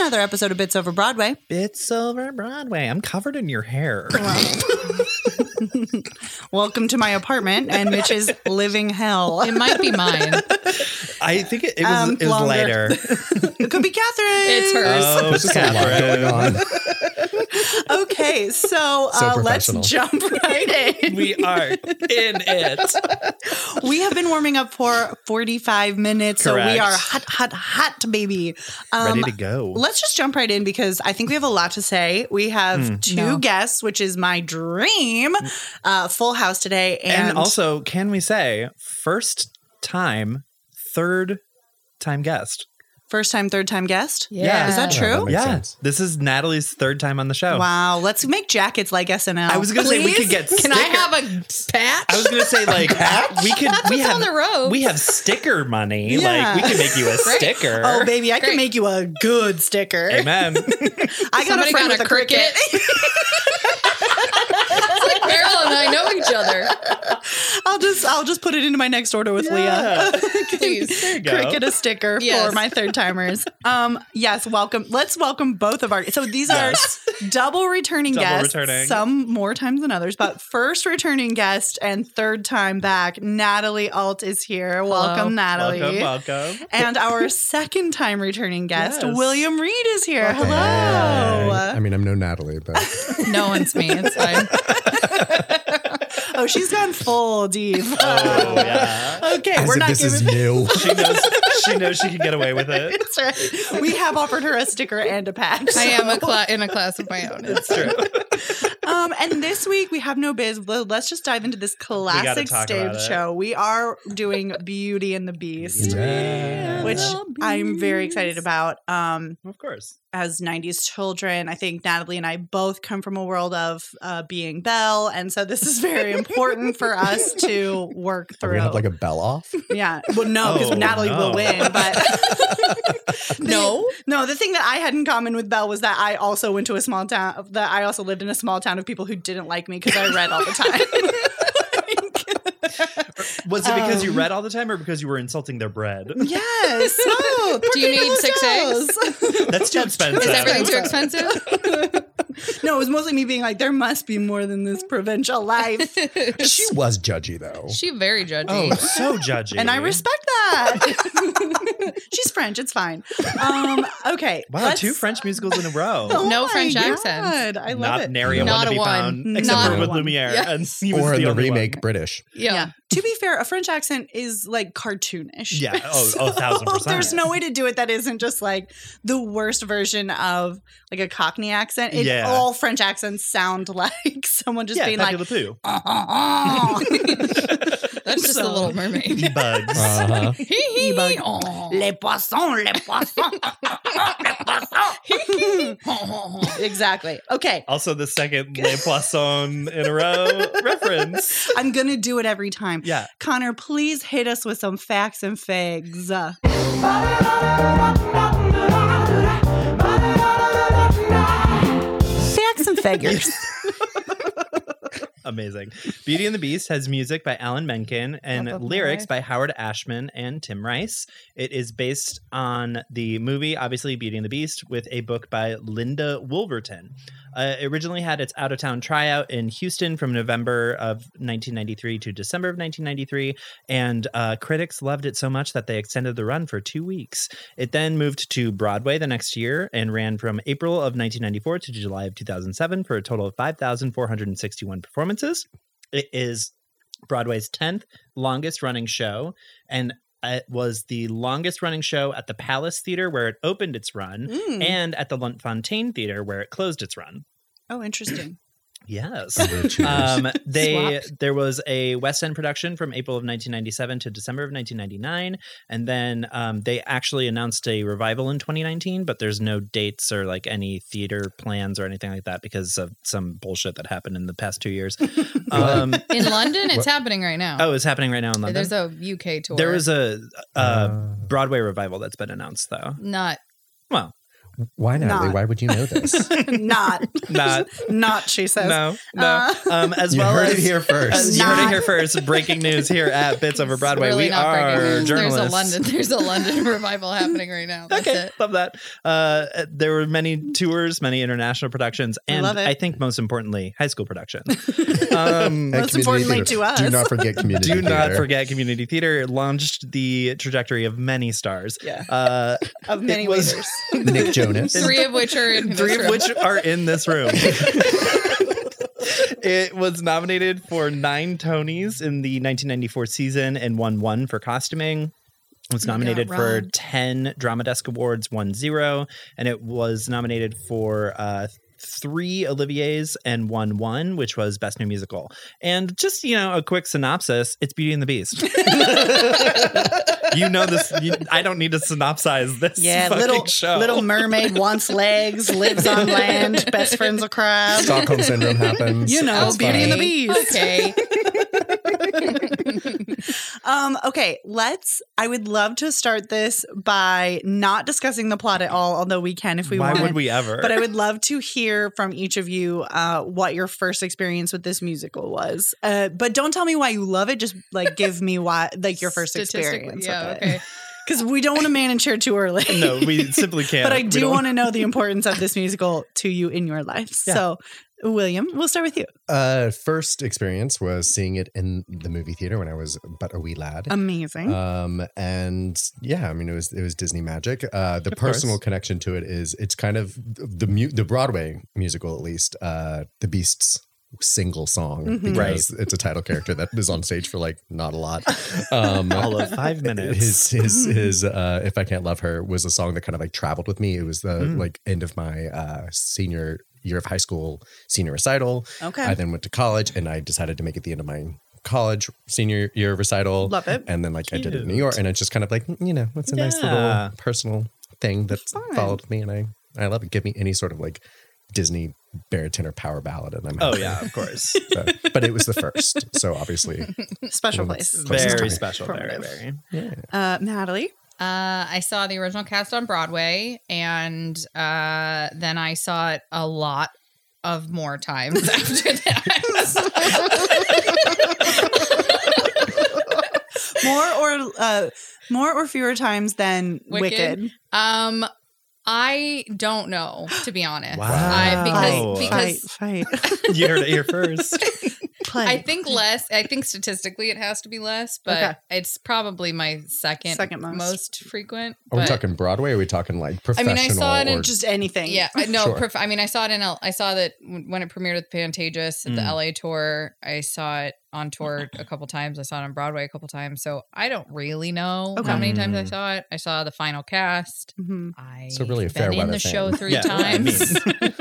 another episode of Bits Over Broadway. Bits over Broadway. I'm covered in your hair. Welcome to my apartment and Mitch's living hell. It might be mine. I think it, it was, Um, it was longer. later. It could be Catherine. It's hers. Oh, There's just a lot going on. Okay, so, So uh, let's professional. jump right in. we are in it. We have been warming up for 45 minutes, so we Correct. are hot, hot, hot, baby. Um, Ready to go. Let's just jump right in because I think we have a lot to say. We have Hmm. two No. guests, which is my dream. Uh, full house today, and, and also, can we say first time, third time guest? first time, third time guest. Yeah. Is that Yeah, true? that makes yeah. sense. This is Natalie's third time on the show. Wow, let's make jackets like SNL. I was gonna say we could get Can I sticker- have a patch? I was gonna say like we could we what's have on the robe. we have sticker money. Yeah. Like we can make you a sticker. Oh, baby, I can Great. make you a good sticker. Amen. I got Somebody a friend got with a cricket. it's like Meryl and I know each other. I'll just I'll just put it into my next order with Leah. Yeah. Please. There you go. Cricket a sticker Yes. for my third timers. Um, yes, welcome. Let's welcome both of our. So these are double returning Double guests, returning. some more times than others, but first returning guest and third time back. Natalie Alt is here. Welcome, Natalie. Welcome, welcome. And our second time returning guest, Yes. William Reed, is here. Hello. Hey. I mean, I'm no Natalie, but No one's me. It's fine. Oh, she's gone full deep. Oh yeah. okay, as we're if not this giving. is new. She knows she knows she can get away with it. That's right. We have offered her a sticker and a patch. I am a cla- in a class of my own. It's true. Um, and this week we have no biz. Well, Let's just dive into this classic talk about stage it. show. We are doing Beauty and the Beast, Yeah. which I'm very excited about. Um, Of course. as 90s children, I think Natalie and I both come from a world of uh, being Belle, and so this is very important for us to work Are we through. gonna have like a bell off? yeah, well, no, because Oh, Natalie will no. win, but. No. No, the thing that I had in common with Belle was that I also went to a small town. That I also lived in a small town of people who didn't like me because I read all the time. Was it because you Um, read all the time or because you were insulting their bread? yes. Oh, Do you need six eggs? That's too expensive. Is everything too expensive? No, it was mostly me being like, there must be more than this provincial life, She was judgy though. She very judgy. Oh, so judgy. and I respect that. She's French. It's fine. Um, okay. Wow, let's- two French musicals in a row. Oh No my French God, accents. I love Not it. nary a one Not to a be one. found, Not except a for with one. Lumiere, Yeah. and he was or in the only remake one. British. yeah. To be fair, a French accent is like cartoonish. Yeah. Oh, oh, 1000%. There's no way to do it that isn't just like the worst version of like a Cockney accent. It, Yeah. All French accents sound like someone just yeah, being Pepe like, Le Pew. "Ah, ah, That's just So- the little mermaid. The bugs. Uh-huh. He-he. ah. les poissons, les poissons, ah, ah, ah, les poissons. exactly. Okay. also, the second Les Poissons in a row reference. I'm going to do it every time. Yeah. Connor, please hit us with some facts and figs. Facts and figures. Amazing. Beauty and the Beast has music by Alan Menken and Love of my lyrics life. by Howard Ashman and Tim Rice. It is based on the movie, obviously, Beauty and the Beast, with a book by Linda Wolverton. Uh, it originally had its out of town tryout in Houston from November of 1993 to December of 1993, and uh, critics loved it so much that they extended the run for two weeks. It then moved to Broadway the next year and ran from April of 1994 to July of 2007 for a total of 5,461 performances. It is Broadway's 10th longest running show and it was the longest running show at the Palace Theater where it opened its run Mm. Mm-hmm. and at the Luntfontein Theater where it closed its run. Oh, interesting. Yes. Cheers. Uh, Um, they Swapped. there was a West End production from April of 1997 to December of 1999, and then um, they actually announced a revival in 2019. But there's no dates or like any theater plans or anything like that because of some bullshit that happened in the past two years. um, In London, it's What? happening right now. oh, it's happening right now in London. There's a UK tour. there was a uh, Uh, Broadway revival that's been announced though. not Well, Why, Natalie? Not. Why would you know this? not, Not. not. She says. No, no. Uh, um, as you well heard it as here as first. you heard it Not- here first. Breaking news here at Bits Over Broadway. Really we not breaking are news. journalists. There's a London. There's a London revival happening right now. That's okay, it. love that. Uh, there were many tours, many international productions, I and love it. I think most importantly, hly school productions. um, And Most community importantly theater. to us. Do not forget community do not theater. forget community theater launched the trajectory of many stars Yeah. uh Of many It was- waiters. Nick Jonas. Three of which are in three this of room. which are in this room it was nominated for nine tonys in the 1994 season and won one for costuming It was You got nominated for robbed. 10 drama desk awards one zero and it was nominated for uh three oliviers and won one which was best new musical and just you know a quick synopsis it's beauty and the beast you know this. You, I don't need to synopsize this. Yeah, fucking little show. little mermaid wants legs, lives on land, best friend's a crab. Stockholm syndrome happens. You know, That's Beauty and the fine. Beast. Oh, Okay. Um, okay, let's. I would love to start this by not discussing the plot at all, although we can if we Why want. would we ever? But I would love to hear from each of you uh, what your first experience with this musical was. Uh, but don't tell me why you love it. Just like give me why, like your first Statistically- experience. Yeah. with it. Okay. Because we don't want to man and share too early. no, we simply can't. but I We do don't- want to know the importance of this musical to you in your life. Yeah. So, William, we'll start with you. Uh, first experience was seeing it in the movie theater when I was but a wee lad. Hmm. Amazing. Um, and yeah, I mean, it was it was Disney magic. Uh, the Of course. personal connection to it is it's kind of the mu- the Broadway musical at least. Uh, the Beast's single song Mhm. Mm-hmm. because it's a title character that is on stage for like not a lot. Um, all of five minutes. his his his uh if i can't love her was a song that kind of like traveled with me it was the Mm. like end of my uh senior year of high school senior recital okay. i then went to college and i decided to make it the end of my college senior year recital love it. and then like i did it in new Cute. york and it's just kind of like you know it's a nice Yeah. little personal thing that Fun. followed me and i i love it give me any sort of like disney baritone or power ballad and i'm oh happy. yeah, of course. So- but it was the first so obviously Special Well, place. that's closest to very me. special. Very Formative. very. yeah Uh, Natalie. Uh, I saw the original cast on Broadway, and uh, then I saw it a lot of more times after that. More or uh, more or fewer times than Wicked. Wicked. um, I don't know to be honest. Wow. I, Oh, because because fight, fight, you heard it here first. play. I think less. I think statistically it has to be less, but Okay. it's probably my second Second most. frequent. are we but- talking broadway or are we talking like I professional mean, I saw it in or- just anything. Yeah, I- no. Sure. Prof- I mean, I saw it in. L- I saw that w- when it premiered with Pantages at the Mm. LA tour. I saw it on tour a couple times. I saw it on Broadway a couple times. So I don't really know Okay. how many times I Mm. saw it. I saw the final cast. Mhm. I So really a fair been in weather the fan. show three Yeah, I mean- times.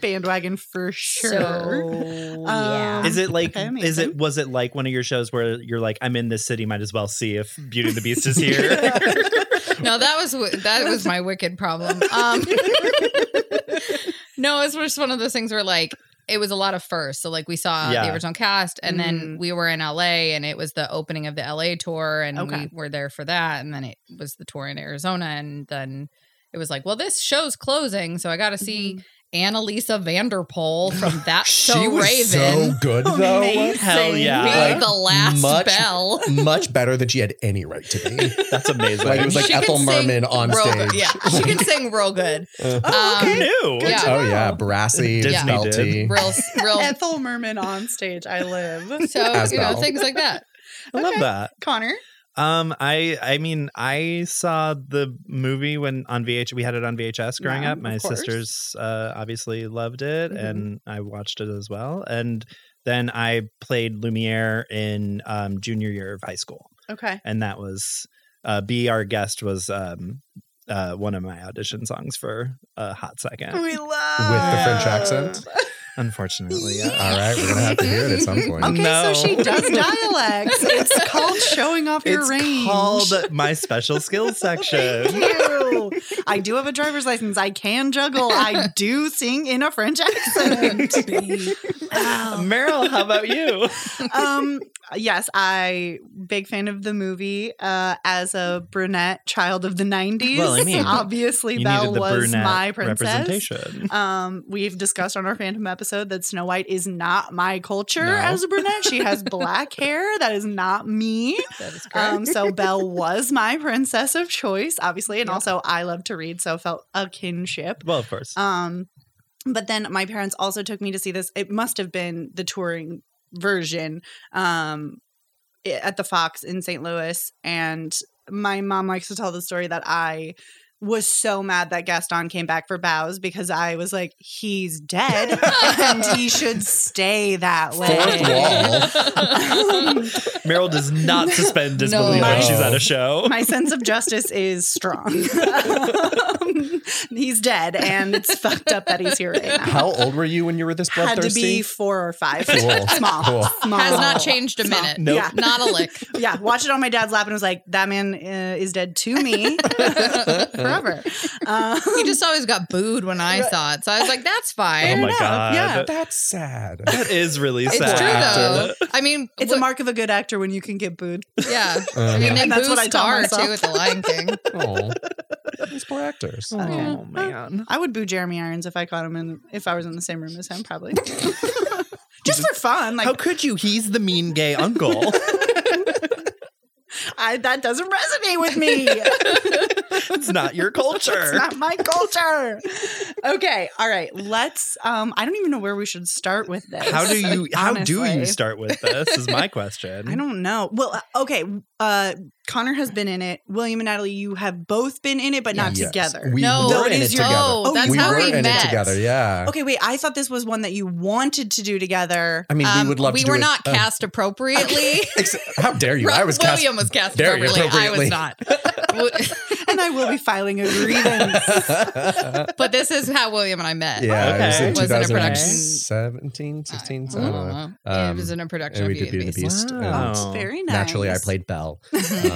Bandwagon for sure. So Um, yeah, Is it like? Okay, is it? amazing. Was it like one of your shows where you're like, I'm in this city, might as well see if Beauty and the Beast is here. no, that was w- that was my wicked problem. Um, no, it's just one of those things where like it was a lot of firsts. So like we saw Yeah. the original cast, and then we were in LA, and it was the opening of the LA tour, and Okay. we were there for that, and then it was the tour in Arizona, and then it was like, well, this show's closing, so I got to see. Annalisa Vanderpool from That she So was Raven. so good though. Amazing. Hell yeah. being like, the last much- bell. Much better than she had any right to be. That's amazing. Like it was like She can Ethel sing Merman on real stage. good. Yeah, she can sing real good. Um, Oh, Who okay. knew? Uh, Yeah. Oh yeah, brassy, Disney belty. did. Real, real. Ethel Merman on stage. I live. So As you know well. things like that. I love Okay. that. Connor. Um, I I mean, I saw the movie when on VH we had it on VHS growing Yeah, up. My of course. sisters uh, obviously loved it, Mhm. and I watched it as well. And then I played Lumiere in um, junior year of high school, Okay. and that was uh, "Be Our Guest" was um, uh, one of my audition songs for a hot second. We love With the French accent? Mm-hmm. Unfortunately, Uh, yeah. All right, we're gonna have to hear it at some point. Okay, No. so she does dialects. It's called showing off your it's range. called my special skills section. Thank you. I do have a driver's license. I can juggle. I do sing in a French accent. wow. Meryl, how about you? Um, yes, I big fan of the movie. Uh, as a brunette child of the '90s, Well, I mean, obviously Belle was my princess. representation. Um, we've discussed on our Phantom episode that Snow White is not my culture No. as a brunette. She has black hair. That is not me. That is correct. Um, so Belle was my princess of choice, obviously, and also I love to read, so felt a kinship. Well, of course. Um, but then my parents also took me to see this. It must have been the touring version um, i- at the Fox in St. Louis. And my mom likes to tell the story that I was so mad that Gaston came back for bows because I was like, he's dead and he should stay that way. Fourth wall. Meryl does not suspend disbelief No. when she's at a show. my sense of justice is strong. Um, he's dead, and it's fucked up that he's here right now. How old were you when you were this Had to be bloodthirsty? four or five. Cool. Small. Cool. Small. Has not changed a Small. minute. Nope. Yeah. Not a lick. Yeah. Watch it on my dad's lap and was like, that man uh, is dead to me forever. Um, He just always got booed when I saw it. So I was like, that's oh fine. my enough, god. yeah. That's sad. That is really It's sad. True after though. the- I mean, it's a mark of a good actor when you can get booed. yeah. I Uh, mean, they And that's boo what I tell Star myself. too at the Lion King. aw. These poor actors. Oh man. I would boo Jeremy Irons if I caught him in, if I was in the same room as him, probably. just for fun. Like, How could you? He's the mean gay uncle. I, that doesn't resonate with me. it's not your culture. It's not my culture. okay, all right. Let's um I don't even know where we should start with this. how do you how do you Honestly. start with this is my question. I don't know. Well, uh, okay. Uh Connor has been in it. William and Natalie, you have both been in it, but not Yes. together. We No, were it in it is together. no, that's Oh, we how were we in met. it together. Yeah. okay, wait. I thought this was one that you wanted to do together. I mean, Um, we would love we to. do were it- not uh, cast appropriately. ex- how dare you? I was cast. William was cast very appropriately. I was appropriately. not. and I will be filing a grievance. yeah, but this is how William and I met. it was Okay. in It wasn't a production. oh, 2017, 16, so I don't know. Yeah, Mm-hmm. it Um, was in a production and of we did Beauty and the Beast. Wow. and Oh, Very nice. naturally, I played Belle.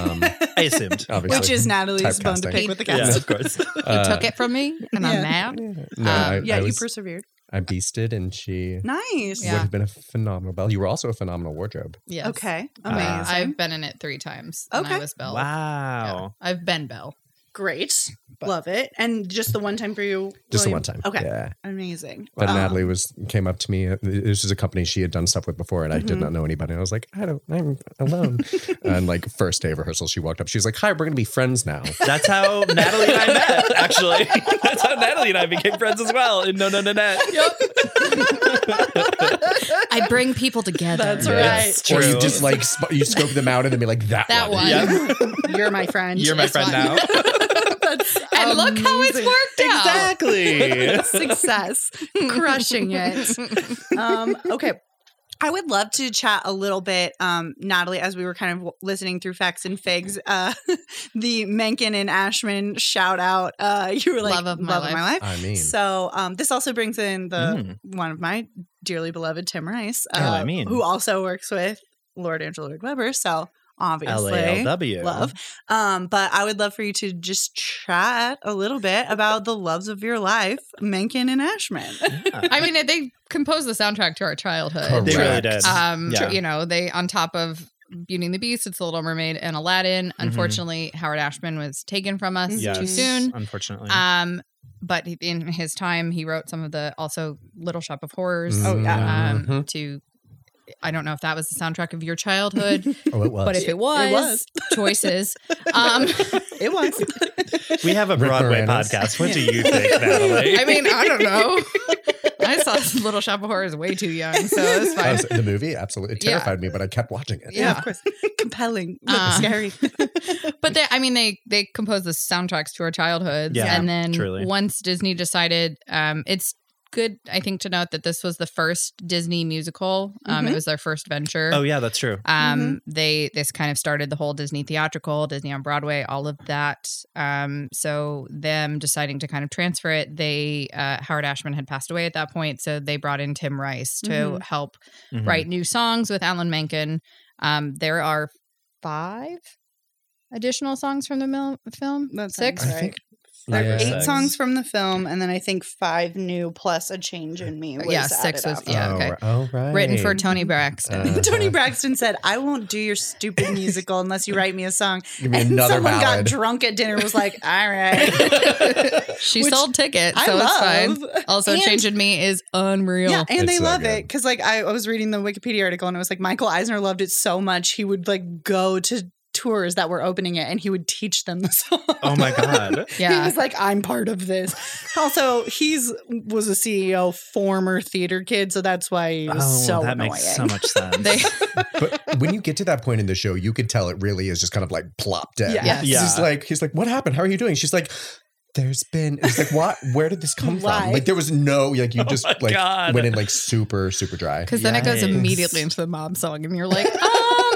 Um, I assumed. obviously. which is Natalie's bone to Typecasting. pick with the Yeah, cast. of course. You Uh, took it from me, and Yeah. I'm mad. No, I, Yeah, I you was- persevered. I beasted, and she Nice. Yeah. would have been a phenomenal Belle. You were also a phenomenal wardrobe. Yes. Okay. Uh, Amazing. I've been in it three times. and Okay. I was Belle. Yeah. Wow. I've been Belle. Great. But- Love it. And just the one time for you? Just William? the one time. Okay. Yeah. Amazing. But Um, Natalie was came up to me. uh, This is a company she had done stuff with before, and I did Mhm. not know anybody. And I was like, I don't, I'm alone. and like first day of rehearsal, she walked up. She was like, Hi, we're gonna be friends now. That's how Natalie and I met, actually. That's how Natalie and I became friends as well in No No No Net. I bring people together. That's Yeah. right. It's Or you true. just like sp- you scope them out and then be like that. That one. Yeah. You're my friend. You're my It's friend now. fine. And look how it's Amazing. worked out. Exactly. Success. Crushing it. Um, okay. I would love to chat a little bit, um, Natalie, as we were kind of w- listening through Facts and Figs, uh, the Mencken and Ashman shout out. Uh, you were like, Love of my life. I mean, So um, this also brings in the Mm. one of my dearly beloved Tim Rice, uh, Oh, I mean. who also works with Lord Angela Lloyd Webber. So obviously, LALW. love. Um, but I would love for you to just chat a little bit about the loves of your life, Mencken and Ashman. I mean, they composed the soundtrack to our childhood. They really Correct. did. Um, Yeah. you know, they on top of Beauty and the Beast, it's The Little Mermaid and Aladdin. Mm-hmm. Unfortunately, Howard Ashman was taken from us Yes. too soon. Unfortunately. Um, but he- in his time, he wrote some of the also Little Shop of Horrors. Oh, yeah. Um, Mm-hmm. Mhm. to I don't know if that was the soundtrack of your childhood, oh, it was. but if it was, was. choices. Um, It was. we have a Rick Broadway Moranis. podcast. What do you think, Natalie? I mean, I don't know. I saw Little Shop of Horrors way too young, so it's That fine. was- the movie absolutely it Yeah. terrified me, but I kept watching it. Yeah, Yeah. of course. Compelling, Uh, scary. But they, I mean, they they composed the soundtracks to our childhoods, Yeah, and then truly. once Disney decided, um, it's good. I think to note that this was the first Disney musical. Um, Mhm. It was their first venture. Mm-hmm. oh, yeah, that's true. Um, Mm-hmm. they this kind of started the whole Disney theatrical, Disney on Broadway, all of that. Um, so them deciding to kind of transfer it, they uh, Howard Ashman had passed away at that point, so they brought in Tim Rice to Mhm. help Mhm. write new songs with Alan Menken. Um, there are five additional songs from the mil- film. That sounds Six. I think There were Yeah. eight Six. songs from the film, and then I think five new plus a change in me. Was Uh, Yeah, six added was- Uh-huh. up. yeah. okay. Oh, right. Written for Tony Braxton. Uh, Tony Braxton said, "I won't do your stupid musical unless you write me a song." Give me And another someone got ballad. drunk at dinner and was like, "All right." she which sold tickets, I so it's fine. love. Also, And- Change in Me is unreal. Yeah, and It's they so love good. it because, like, I, I was reading the Wikipedia article and it was like Michael Eisner loved it so much he would like go to tours that were opening it and he would teach them the song. Oh my god. Yeah. he was like, "I'm part of this." also, he's was a CEO, former theater kid, so that's why he was oh, so that annoying. makes so much sense. They, but when you get to that point in the show, you could tell it really is just kind of like plopped in. Yeah. Yes. He's just Yeah. like, he's like, what happened? How are you doing? She's like, there's been, it's like, what? Where did this come Why? from? Like, there was no, like, you Oh just my like God. went in like super, super dry. because then it goes Yikes. immediately into the mom song, and you're like, um,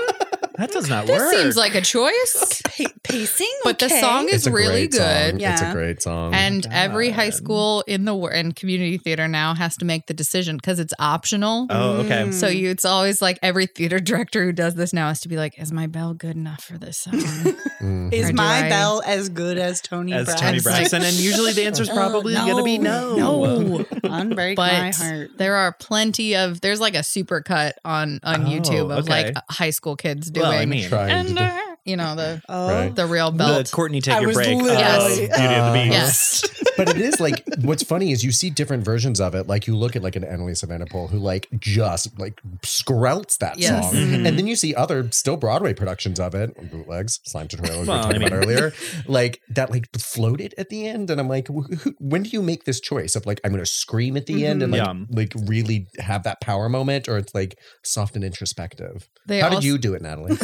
that does not this work. seems like a choice. Pa- pacing, But the okay. song is a really great song. good. It's Yeah. a great song. And every high Oh God. school in the wor- and community theater now has to make the decision because it's optional. Oh, okay. Mm. So you, it's always like every theater director who does this now has to be like, "Is my bell good enough for this song?" Mm. is Or do my I- bell as good as Tony as Braxton? Tony It's Braxton, and usually the answer is probably going to be no. Oh, No, Unbreak But- my heart. there are plenty of. There's like a super cut on on Oh, YouTube of okay. like high school kids doing, Well, I mean, Trying to and do- uh, you know the Oh, Right. the real the belt. Courtney take I your was break. of literally- Uh, Beauty and the Beast. yes, but it is like what's funny is you see different versions of it. Like you look at like an Emily Savannahpole who like just like scrouts that Yes. Mm-hmm. song, Mhm. and then you see other still Broadway productions of it, bootlegs, slime tutorials we Well, were talking I about earlier, like that like floated at the end, and I'm like, wh- who, when do you make this choice of like I'm going to scream at the Mm-hmm. end and like Yeah. like really have that power moment, or it's like soft and introspective? They How did also- you do it, Natalie?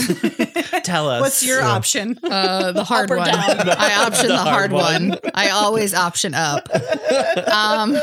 Tell us. What's your Yeah. option? Uh, the hard or one. down? I option the, The hard hard, one. one. I always option up. Um,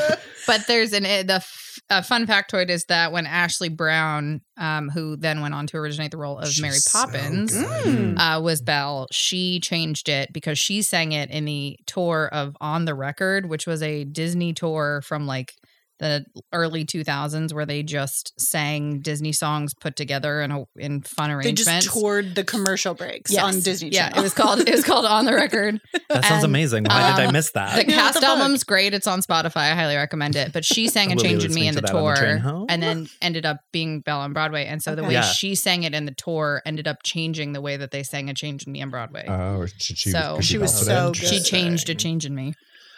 but there's an eh, the f- a fun factoid is that when Ashley Brown, um, who then went on to originate the role of She's Mary so Poppins, good. Mm-hmm. uh, was Belle. She changed it because she sang it in the tour of On the Record, which was a Disney tour from like the early 2000s where they just sang Disney songs put together in a in fun They arrangements. just toured the commercial breaks Yes. on Disney Yeah, Channel. it was called it was called On the Record. That sounds and, amazing. Why did I um, miss that? The Yeah, what cast the fuck? album's great. It's on Spotify. I highly recommend it. But she sang and Will be changed me listening in the to that on the tour, train home? and then ended up being Belle on Broadway. And so the Okay. way Yeah. she sang it in the tour ended up changing the way that they sang a change in me on Broadway. Uh, Oh, or should she? So- could She was melt it so in? good. she good. changed a change in me.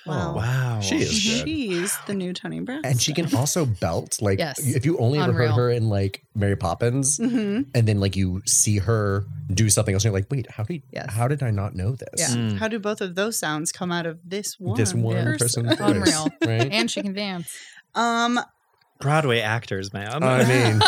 wow. wow. She is good. She's the new Tony Braxton. And she can also belt. Like, Yes. if you only ever Unreal. Mm-hmm. heard her in like Mary Poppins, Mhm. and then like you see her do something else, and you're like, wait, how did Yes. how did I not know this? Yeah. Mm. How do both of those sounds come out of this one? This one Yeah. person, voice, Unreal. right? And she can dance. Um, Broadway actors, ma'am. I mean,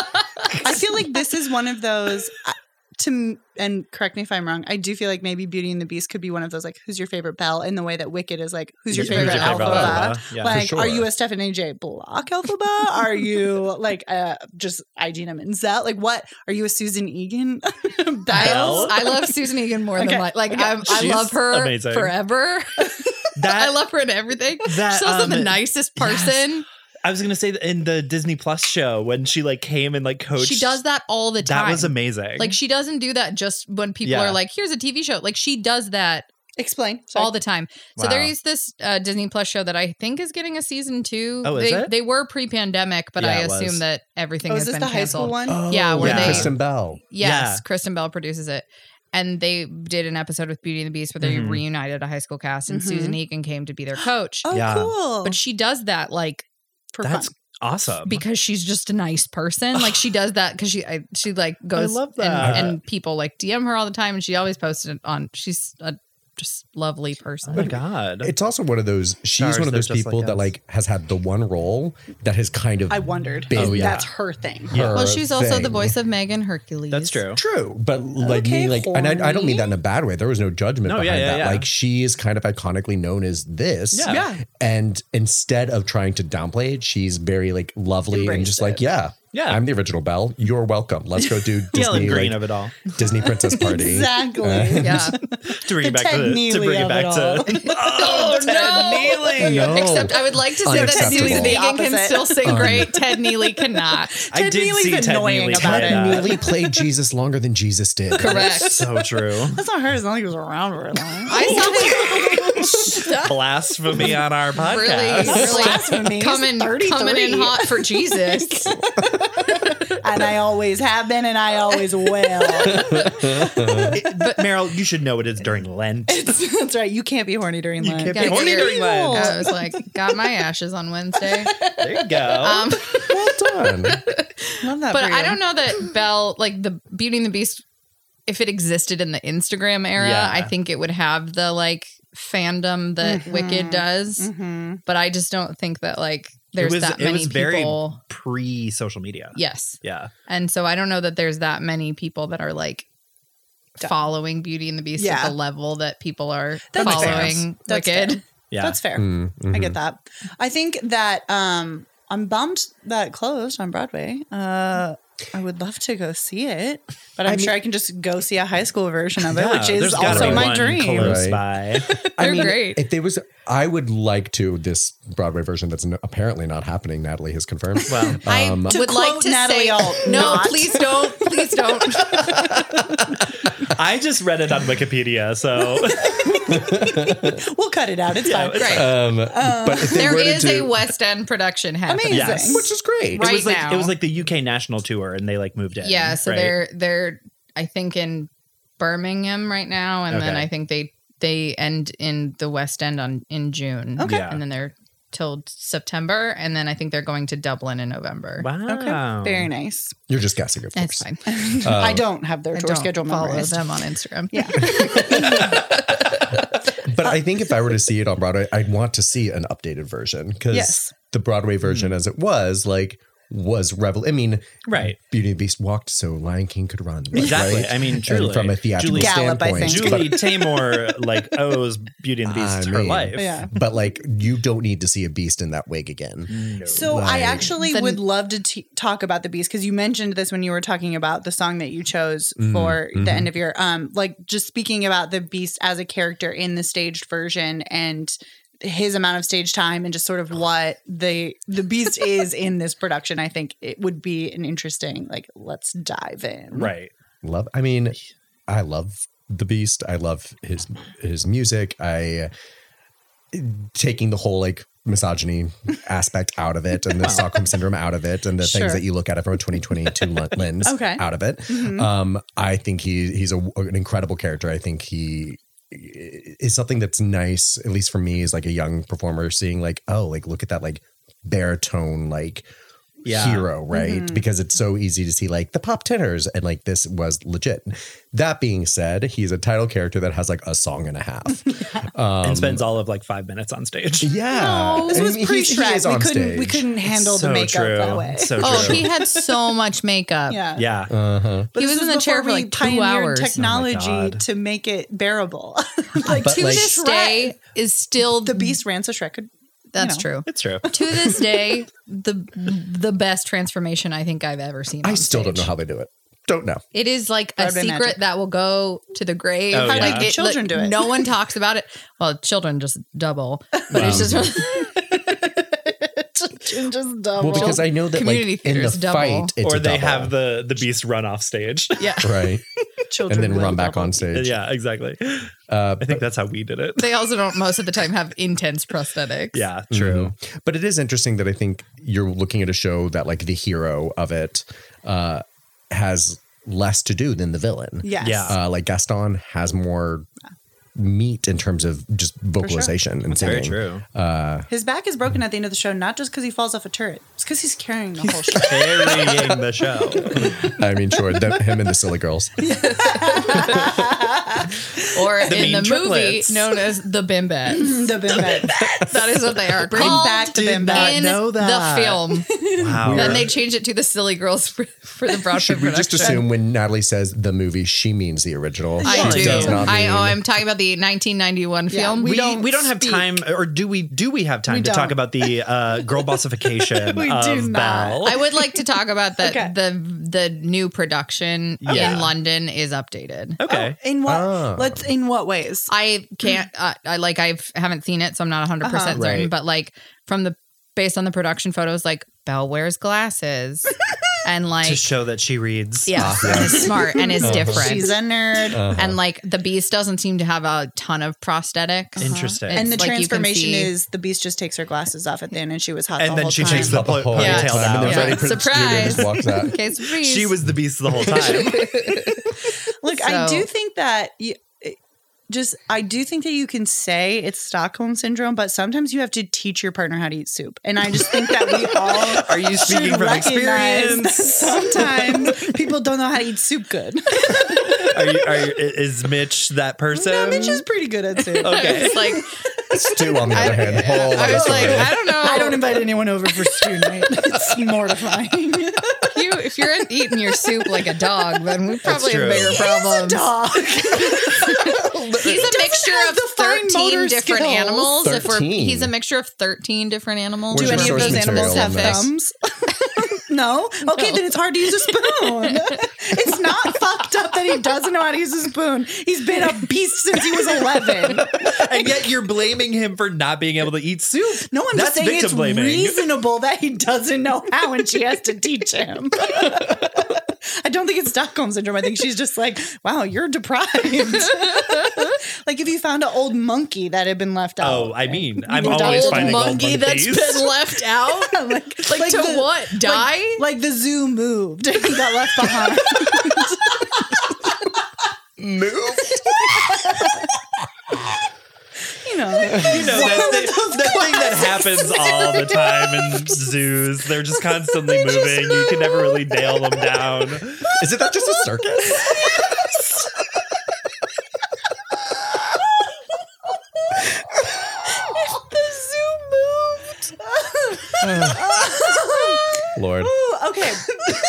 I feel like this is one of those. I- To m- and correct me if I'm wrong. I do feel like maybe Beauty and the Beast could be one of those like, who's your favorite Belle in the way that Wicked is like, who's your Yeah, favorite Alpha? Alphaba? Yeah. Like, For are you sure. a Stephanie J. Block Alphaba? Are you like uh just Igina Menzel? Like, what are you a Susan Egan? Belle? Belle? I love Susan Egan more Okay. than like like Okay. I'm, I She's love her amazing. forever. that, I love her in everything. that. She's also um, the nicest yes. person. I was gonna say that in the Disney Plus show when she like came and like coached. She does that all the time. That was amazing. Like she doesn't do that just when people Yeah. are like, "Here's a TV show." Like she does that Explain Sorry. all the time. So Wow. there is this uh, Disney Plus show that I think is getting a season two. Oh, is they it? they were pre-pandemic, but Yeah, I it was. assume that everything Oh, has is this been the high canceled. school one? Yeah, where with they- Kristen Bell. Yes, Yeah. Kristen Bell produces it. And they did an episode with Beauty and the Beast where they Mhm. reunited a high school cast and Mhm. Susan Egan came to be their coach. Oh, Yeah. cool. But she does that like For That's fun. awesome. because she's just a nice person. Like she does that because she I, she like goes love that. And, and people like DM her all the time and she always posts it on she's a just lovely oh person. my god. It's also one of those. She's Stars one of that are those just like people that us. like has had the one role that has kind of I wondered. been Oh, yeah. That's her thing. her Well, she's also the thing. voice of Megan Hercules. That's true. True, but like Okay, me, like, and I, I don't mean that in a bad way. There was no judgment No, yeah, behind yeah, that. yeah. Like, she is kind of iconically known as this. Yeah. Yeah. And instead of trying to downplay it, she's very like lovely and Embraced just it. like, yeah, Yeah. I'm the original Belle. You're welcome. Let's go do Yellow Disney and green like, of it all. Disney princess party. Exactly. Uh, Yeah. To bring The it back to Ted the, to Neely bring of it back it all. to oh, no! feeling. No. Except I would like to say that Unacceptable. Susan Egan can Opposite. still sing Un- great. Ted Neely cannot. I Ted did Neely's see Ted annoying Neely about play it. that. Ted Neely played Jesus longer than Jesus did. Correct. So true. That's not her. It's not like he was around for long. I saw him Blasphemy on our podcast. Blasphemy. really, really He's coming, coming 33. in hot for Jesus. and I always have been, and I always will. It- but Meryl, you should know it is during Lent. That's right. You can't be horny during You Lent. can't be horny It's during illegal. Uh, I was like, got my ashes on Wednesday. There you go. Um, Well done. Love that. but for I you. don't know that Belle, like the Beauty and the Beast, if it existed in the Instagram era, Yeah. I think it would have the like fandom that Mhm. Wicked does. Mm-hmm. But I just don't think that like there's was- that it many was very- people. Pre social media. yes, Yeah. and so I don't know that there's that many people that are like. Following Beauty and the Beast Yeah. at the level that people are That's fair. following That's Wicked. fair. Yeah. That's fair. Mm, I mhm. get Mm-hmm. that. I think that um I'm bummed that it closed on Broadway. Uh I would love to go see it, but I'm I mean- sure I can just go see a high school version of it, Yeah, which is there's gotta also be my one dream. Close Right. by. I They're mean, great. if there was, I would like to this Broadway version that's n- apparently not happening. Natalie has confirmed. Well, I Um, To would like quote to Natalie say, Alt, no, not. please don't, please don't. I just read it on Wikipedia, so We'll cut it out. It's Yeah, fine. it's Great. um, but if they there were to is do- a West End production happening. Amazing. Yes. which is great. it Right was like now. it was like the UK national tour, and they like moved in. Yeah, so right? they're they're I think in Birmingham right now, and then Okay. I think they they end in the West End on in June. Okay. Yeah. and then they're till September, and then I think they're going to Dublin in November. wow. Okay. Very nice. You're just guessing, of That's course. fine. Oh. I don't have their I tour don't schedule follow memorized. them on Instagram. Yeah. But Uh, I think if I were to see it on Broadway, I'd want to see an updated version because Yes. the Mm. Broadway version, as it was, like was revel. I mean, Right. Beauty and the Beast walked, so Lion King could run. like, Exactly. right? I mean, And truly. from a theatrical Julie, Gallop, I standpoint, think. Julie Taymor like owes Beauty and the Beast I her mean- life. Yeah. But, but like, you don't need to see a beast in that wig again. No. So I Like- actually The- would love to t- talk about the beast because you mentioned this when you were talking about the song that you chose Mm, for mhm. the end of your um like just speaking about the beast as a character in the staged version and his amount of stage time and just sort of what the the beast is in this production I think it would be an interesting like let's dive in. right. Love. I mean, I love the Beast. I love his his music. I taking the whole like misogyny aspect out of it and the Stockholm syndrome out of it and the Sure. things that you look at it from a 2022 lun- lens Okay. out of it. Mhm. Um, I think he he's a, an incredible character. I think he is something that's nice, at least for me, as like a young performer, seeing like, oh, like look at that like baritone like Yeah. hero, right? Mhm. Because it's so easy to see like the pop tenors and like this was legit. That being said, he's a title character that has like a song and a half. um, and spends all of like five minutes on stage. yeah, No, this And was he- he pre is Shrek. We on couldn't we stage. couldn't handle so the makeup true. that way. So true. Oh, he had so much makeup. yeah. yeah. Uh-huh. But He this was in the chair before for, we like, two pioneered hours. Oh my Technology God. to make it bearable. Like But, to like- this Shrek- day is still the Beast ran so Shrek could. That's know. true. It's true. To this day, the the best transformation I think I've ever seen. I on still don't stage. know how they do it. Don't know. It is like a Broadway secret magic. that will go to the grave. Oh, like yeah. it- Children do it. No one talks about it. Well, children just double, but it's Wow. just just double. Well, because I know that like Community in the theater's double. fight, it's or a they double. have the the beast run off stage. yeah. right, and children then will run back double. on stage. yeah, exactly. Uh, I think that's how we did it. They also don't most of the time have intense prosthetics. Yeah, true. Mhm. But it is interesting that I think you're looking at a show that like the hero of it uh, has less to do than the villain. Yes. Yeah. Uh, like Gaston has more meat in terms of just vocalization and singing. true. His back is Mm-hmm. broken at the end of the show, not just because he falls off a turret. It's because he's carrying the whole show. Carrying the show. I mean, sure, them, him and the silly girls. Or in mean the triplets. movie known as the Bimbets. the Bimbets. that is what they are Bring called back the did not Bimbets. in know that. the film. Wow. Then they changed it to the silly girls for, for the Broadway Should we production. just assume when Natalie says the movie, she means the original? I she do. does not I mean- oh, I'm talking about the 1991 Yeah, film. we, We don't don't we don't have speak. time or do we do we have time We to talk don't. about the uh girl bossification We of do not. Belle? I would like to talk about the Okay. the the new production Yeah. in London is updated. okay. In what? Oh. Let's in what ways? I can't. Uh, I like. I've haven't seen it, so I'm not 100 percent Uh-huh. certain. Right. But like from the based on the production photos, like Belle wears glasses and to like show that she reads. yeah, Ah, and is smart and is Uh-huh. different. She's a nerd. Uh-huh. and like the Beast doesn't seem to have a ton of prosthetics. Interesting. Uh-huh. and the It's like you can transformation see- is the beast just takes her glasses off at the end, and she was hot. the And then whole she time. takes the po- whole Yeah. ponytail time, and down. then Freddie Yeah. Prinze Jr. just Surprise. walks out. Case freeze. She was the beast the whole time. Look, I So- do think that you, it- just I do think that you can say it's Stockholm syndrome, but sometimes you have to teach your partner how to eat soup, and I just think that we all Are you should speaking from recognize that experience? Sometimes people don't know how to eat soup good. Are you, are you, is Mitch that person? no, Mitch is pretty good at soup. Um, Okay. It's like Stu, on the other hand, whole I other was like, story. I don't know. I don't invite anyone over for stew night. It's mortifying. you if you're eating your soup like a dog, then we probably true. have bigger He problems. Dog. He's a mixture have of the fine thirteen motor different skills. animals. If we're, 13. he's a mixture of thirteen different animals. Do Where's any your of source those animals material have on this? thumbs? no? Okay, No. then it's hard to use a spoon. it's not fucked up that he doesn't know how to use a spoon. He's been a beast since he was 11. and yet you're blaming him for not being able to eat soup. No, I'm That's just saying victim it's blaming. reasonable that he doesn't know how and she has to teach him. I don't think it's Stockholm syndrome. I think she's just like, wow, you're deprived. like if you found an old monkey that had been left out. Oh, I mean, I'm Old always finding monkey old that's monkeys. been left out. like, like, Like, to the- what? Die? Like the zoo moved. he got left behind. moved. you know. you know that, thing, that thing that happens all the time in zoos. They're just constantly moving. You can never really nail them down. Is it that just a circus? the zoo moved. Lord. okay.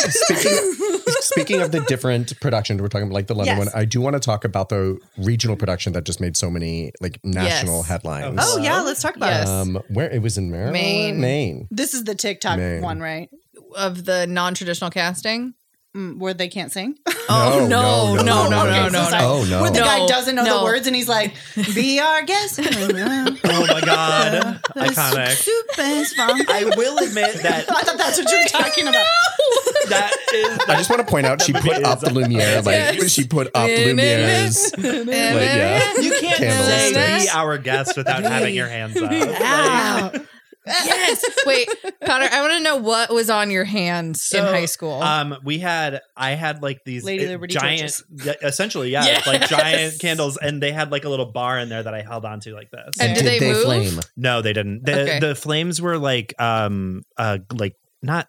Speaking, speaking of the different productions, we're talking about like the London Yes. one. I do want to talk about the regional production that just made so many like national Yes. headlines. Oh yeah, let's talk about Yes. it. Um, where it was in Maryland, Maine. Maine. This is the TikTok Man. one, right? Of the non-traditional casting. Mm, where they can't sing. Oh, no, no, no, no, no, no. Oh Where the no! No, guy doesn't know no. the words and he's like, "Be our guest." Oh my god, iconic. Soup is from- I will admit that I thought that's what you were talking about. that is I just want to point out she put up the Lumiere, like Yes. she put up Lumiere's. Eh, yeah. you can't Candle say be sticks. our guest without having your hands up. Wow. yes. Wait, Connor, I want to know what was on your hands in So, high school. Um, we had I had like these Lady uh, Liberty giant, yeah, essentially, yeah, Yes. like giant candles, and they had like a little bar in there that I held onto like this. And did they move? flame? No, they didn't. The Okay. the flames were like um uh like not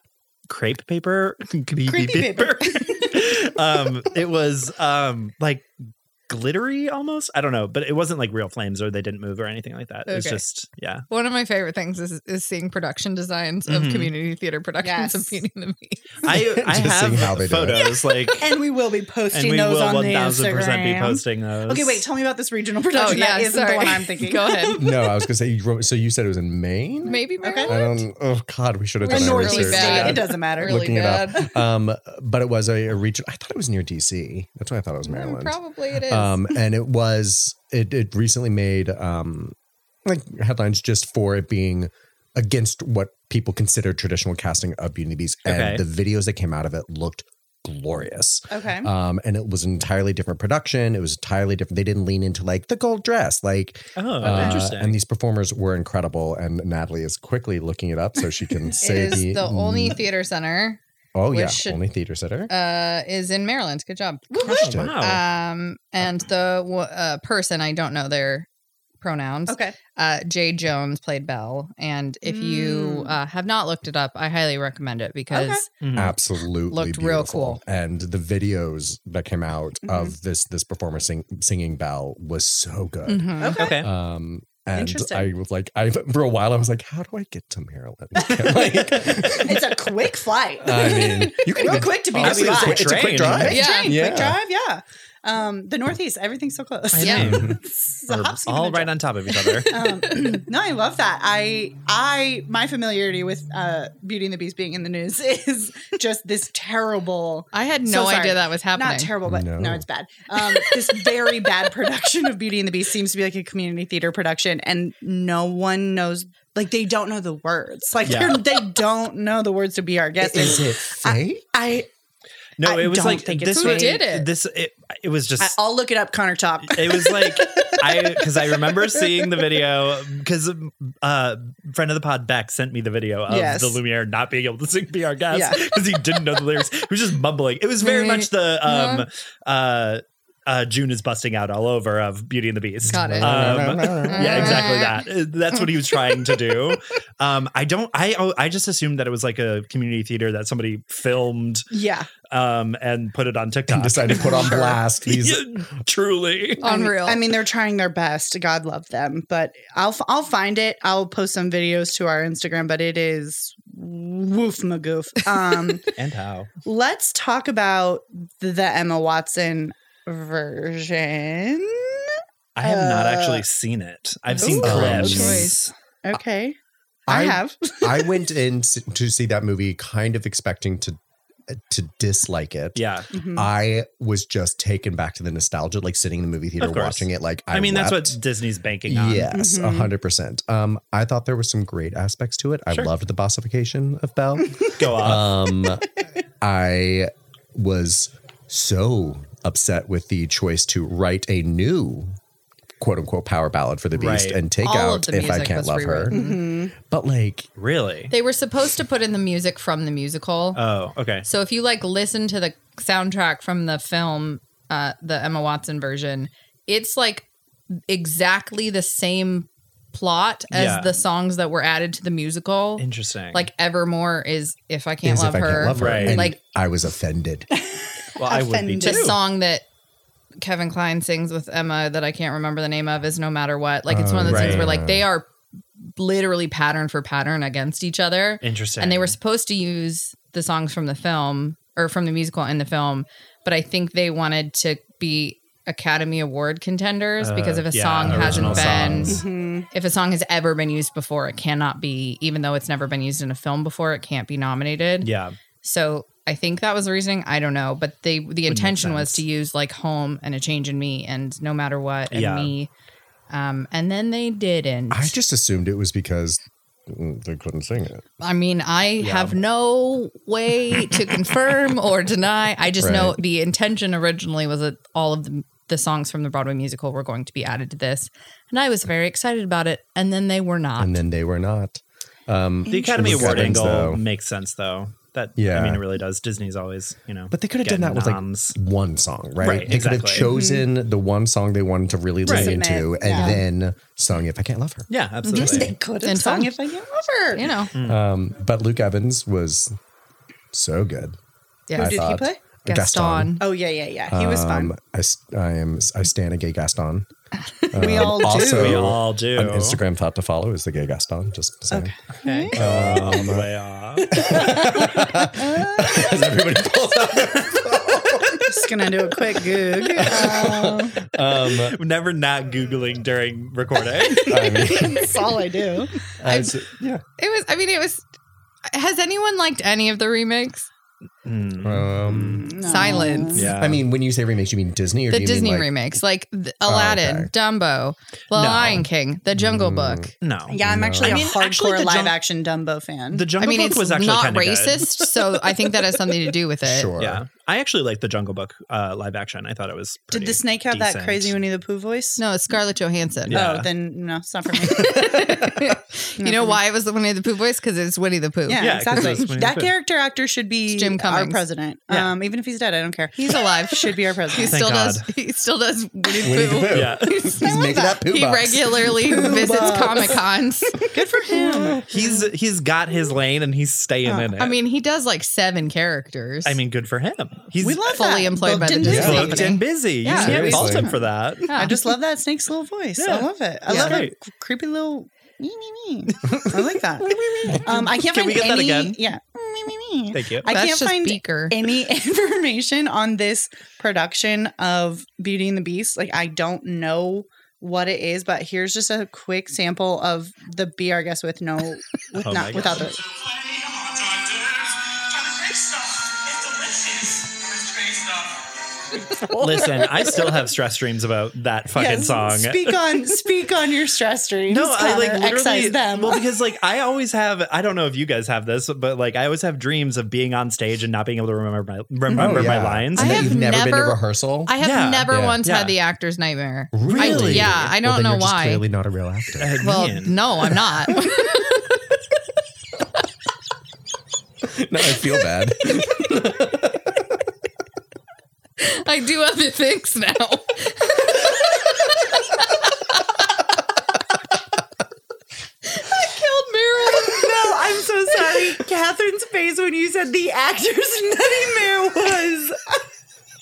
crepe paper, creepy, Creepy paper. um it was um like glittery almost. I don't know, but it wasn't like real flames or they didn't move or anything like that. It was Okay. just yeah. One of my favorite things is, is seeing production designs of Mhm. community theater productions of Yes. Beauty and the Beast. I I Just seeing have how they do it. photos like And we will be and posting we those will on one the thousand percent be Instagram. posting those. Okay, wait. Tell me about this regional production. that isn't the one I'm thinking. Oh, Go ahead. No, I was gonna say. You wrote, so you said it was in Maine. Maybe Maryland. I don't. Oh God, we should have We're done A our Northeast northeast research. bad. state. It doesn't matter. Really looking it bad. up. Um, but it was a, a region. I thought it was near DC. That's why I thought it was Mm, Maryland. Probably it is. um, and it was it it recently made um like headlines just for it being against what people consider traditional casting of Beauty and the Beast, and the Okay. videos that came out of it looked glorious. Okay. Mm. Um, and it was an entirely different production. It was entirely different. They didn't lean into like the gold dress, like Oh, uh, interesting. And these performers were incredible. And Natalie is quickly looking it up so she can it say is the, the, only mm. theater center oh which yeah should- only theater sitter. uh, is in Maryland. Good job. oh, Crushed it. wow. Um, and the w- uh, person I don't know their pronouns. okay. Uh, Jay Jones played Belle, and if you Mm. uh, have not looked it up, I highly recommend it because Mhm. absolutely Looked real beautiful. cool. and the videos that came out of this this performer sing, singing bell was so good Mhm. Okay. Okay. um and Interesting. i was like i for a while i was like how do i get to maryland like It's a quick flight. i mean you can Real even- quick to be honestly, on it's, a the quick, it's a quick train. drive Quick Yeah. train, Yeah. quick drive, yeah. Um, the Northeast, everything's so close. I Yeah. know. It's a Mm. We're hop, skip, and all a right jump. on top of each other. um, no, I love that. I I my familiarity with uh, Beauty and the Beast being in the news is just this terrible. I had So no sorry. idea that was happening. Not terrible, but no, No. it's bad. Um, this very bad production of Beauty and the Beast seems to be like a community theater production, and no one knows. Like they don't know the words. Like Yeah. they're they don't know the words to be our guest. Is it fake? I, No, I it was don't like think it's this me. was- Who did it? This it, it was just I I'll look it up. Connor Top. it was like I because I remember seeing the video because uh friend of the pod Beck sent me the video of Yes. the Lumiere not being able to sing "Be Our Guest" Yeah. because he didn't know the lyrics. He was just mumbling. It was very Right. much the um Huh? uh uh June is busting out all over of Beauty and the Beast. Got it. Um, yeah, Uh. exactly that. That's what he was trying to do. Um, I don't. I I just assumed that it was like a community theater that somebody filmed Yeah, um and put it on TikTok. And decided to put on blast these Yeah, truly. I mean- Unreal. I mean, they're trying their best. God love them, but I'll f- I'll find it. I'll post some videos to our Instagram, but it is woof magoof. Um, And how? let's talk about the, the Emma Watson version. I have not Uh, actually seen it. I've seen Ooh, clips. good choice. Okay, I, have. I went in s- to see that movie kind of expecting to to dislike it. Yeah. Mhm. I was just taken back to the nostalgia, like sitting in the movie theater Of course. watching it. Like I, I, mean, wept. that's what Disney's banking on. Mm-hmm. Yes, a Mhm. hundred percent. Um, I thought there were some great aspects to it. I Sure. loved the bossification of Belle. Go off. um, I was so upset with the choice to write a new quote unquote power ballad for the beast Right. and take All of out the if I music can't was love rewritten. Mm-hmm. her. But like really? They were supposed to put in the music from the musical. Oh, okay. so if you like listen to the soundtrack from the film, uh, the Emma Watson version, it's like exactly the same plot as Yeah. the songs that were added to the musical. Interesting. Like Evermore is if I can't, is love, if I her, can't love her. Right. And Like- I was offended. well, I would be offended. too. the song that Kevin Klein sings with Emma that I can't remember the name of is no matter what. Like it's Oh, one of those things right. where like they are literally pattern for pattern against each other. Interesting. and they were supposed to use the songs from the film or from the musical in the film, but I think they wanted to be Academy Award contenders because Uh, if a yeah, song hasn't original been, songs. Mhm. if a song has ever been used before, it cannot be, even though it's never been used in a film before, it can't be nominated. Yeah. So I think that was the reasoning. I don't know, but they the intention was sense. to use like "Home" and "A Change in Me" and "No Matter What" and Yeah. "Me," um, and then they didn't. I just assumed it was because mm, they couldn't sing it. I mean, I have no way to confirm or deny. I just know Right. the intention originally was that all of the, the songs from the Broadway musical were going to be added to this. And I was very excited about it. And then they were not. And then they were not. Um, The Academy Which Award happens, angle though. makes sense, though. That I Yeah. mean, it really does. Disney's always, you know. but they could have done getting that with like noms. one song, right? Right, they could exactly. have chosen the one song they wanted to really Right. lean into Mm-hmm. Submit, and yeah. then sung If I Can't Love Her. yeah, Yes, absolutely. they could have And sung fun. if I can't love her. you know, Um, but Luke Evans was so good. yeah. Who did he thought- play? Gaston. Oh yeah, yeah, yeah. He was fun. Um, I, s- I am I stand a gay Gaston. Um, we all do. also- we all do. An Oh, Instagram thought to follow is the gay Gaston. Just saying. Okay. all the way off. As everybody pulls up. Just gonna do a quick goog. Uh, Um, Never not googling during recording. I mean, that's all I do. as- yeah. It was, I mean, it was. Has anyone liked any of the remakes? Mm. Um, No. Silence. Yeah. I mean, when you say remakes, you mean Disney or The do you Disney mean like, Oh, remakes, like th- Aladdin, okay. Dumbo, The No. Lion King, The Jungle Mm. Book. no. Yeah, I'm No. actually I mean, a hardcore actually, the live Jung- action Dumbo fan. The Jungle I mean, Book it's was actually not kinda good. racist, so I think that has something to do with it. Sure. Yeah, I actually liked the Jungle Book uh, live action. I thought it was. Did pretty the snake have that decent. crazy Winnie the Pooh voice? No, it's Scarlett Johansson. Yeah. Oh, then no, it's not for me. you know why it was the Winnie the Pooh voice? Because it's Winnie the Pooh. Yeah, Oh, Yeah, 'cause exactly. that's Winnie the That Pooh. character actor should be It's Jim our Cummings. president. Yeah. Um, even if he's dead, I don't care. He's alive. He should be our He president. Thank still does. God. He still does Winnie Winnie the the Pooh. Pooh. Yeah, He's making that, poo He box. regularly visits box. comic cons. Good for him. he's he's got his lane and he's staying in it. I mean, he does like seven characters. I mean, good for him. He's We love that. fully employed by Booked and the Disney busy. Yeah. booked and busy. Yeah. you can't fault Seriously. him for that. Yeah. I just love that snake's little voice. Yeah. I love it. I Yeah. love Great. it. Creepy little. me, me, me. I like that. um, I can't Can find we get that any. again? Yeah. Me, me, me. Thank you. I That's can't just find Beaker. any information on this production of Beauty and the Beast. Like, I don't know what it is, but here's just a quick sample of the Be Our Guest with no, with Oh my not, without gosh. the. Listen, I still have stress dreams about that fucking Yes, song. Speak on, speak on your stress dreams. no, I like Connor. literally. excise them. Well, because like I always have. I don't know if you guys have this, but like I always have dreams of being on stage and not being able to remember my, remember Oh, my yeah. lines. And I that have you've never, been to never- rehearsal. I have Yeah. never Yeah. once Yeah. had the actor's nightmare. really? I- yeah, I Well, then don't know you're just why. Clearly not a real actor. Uh, well, man. no, I'm not. no, I feel bad. I do other things now. I No, I'm so sorry. Catherine's face when you said the actor's nightmare was. killed Meryl.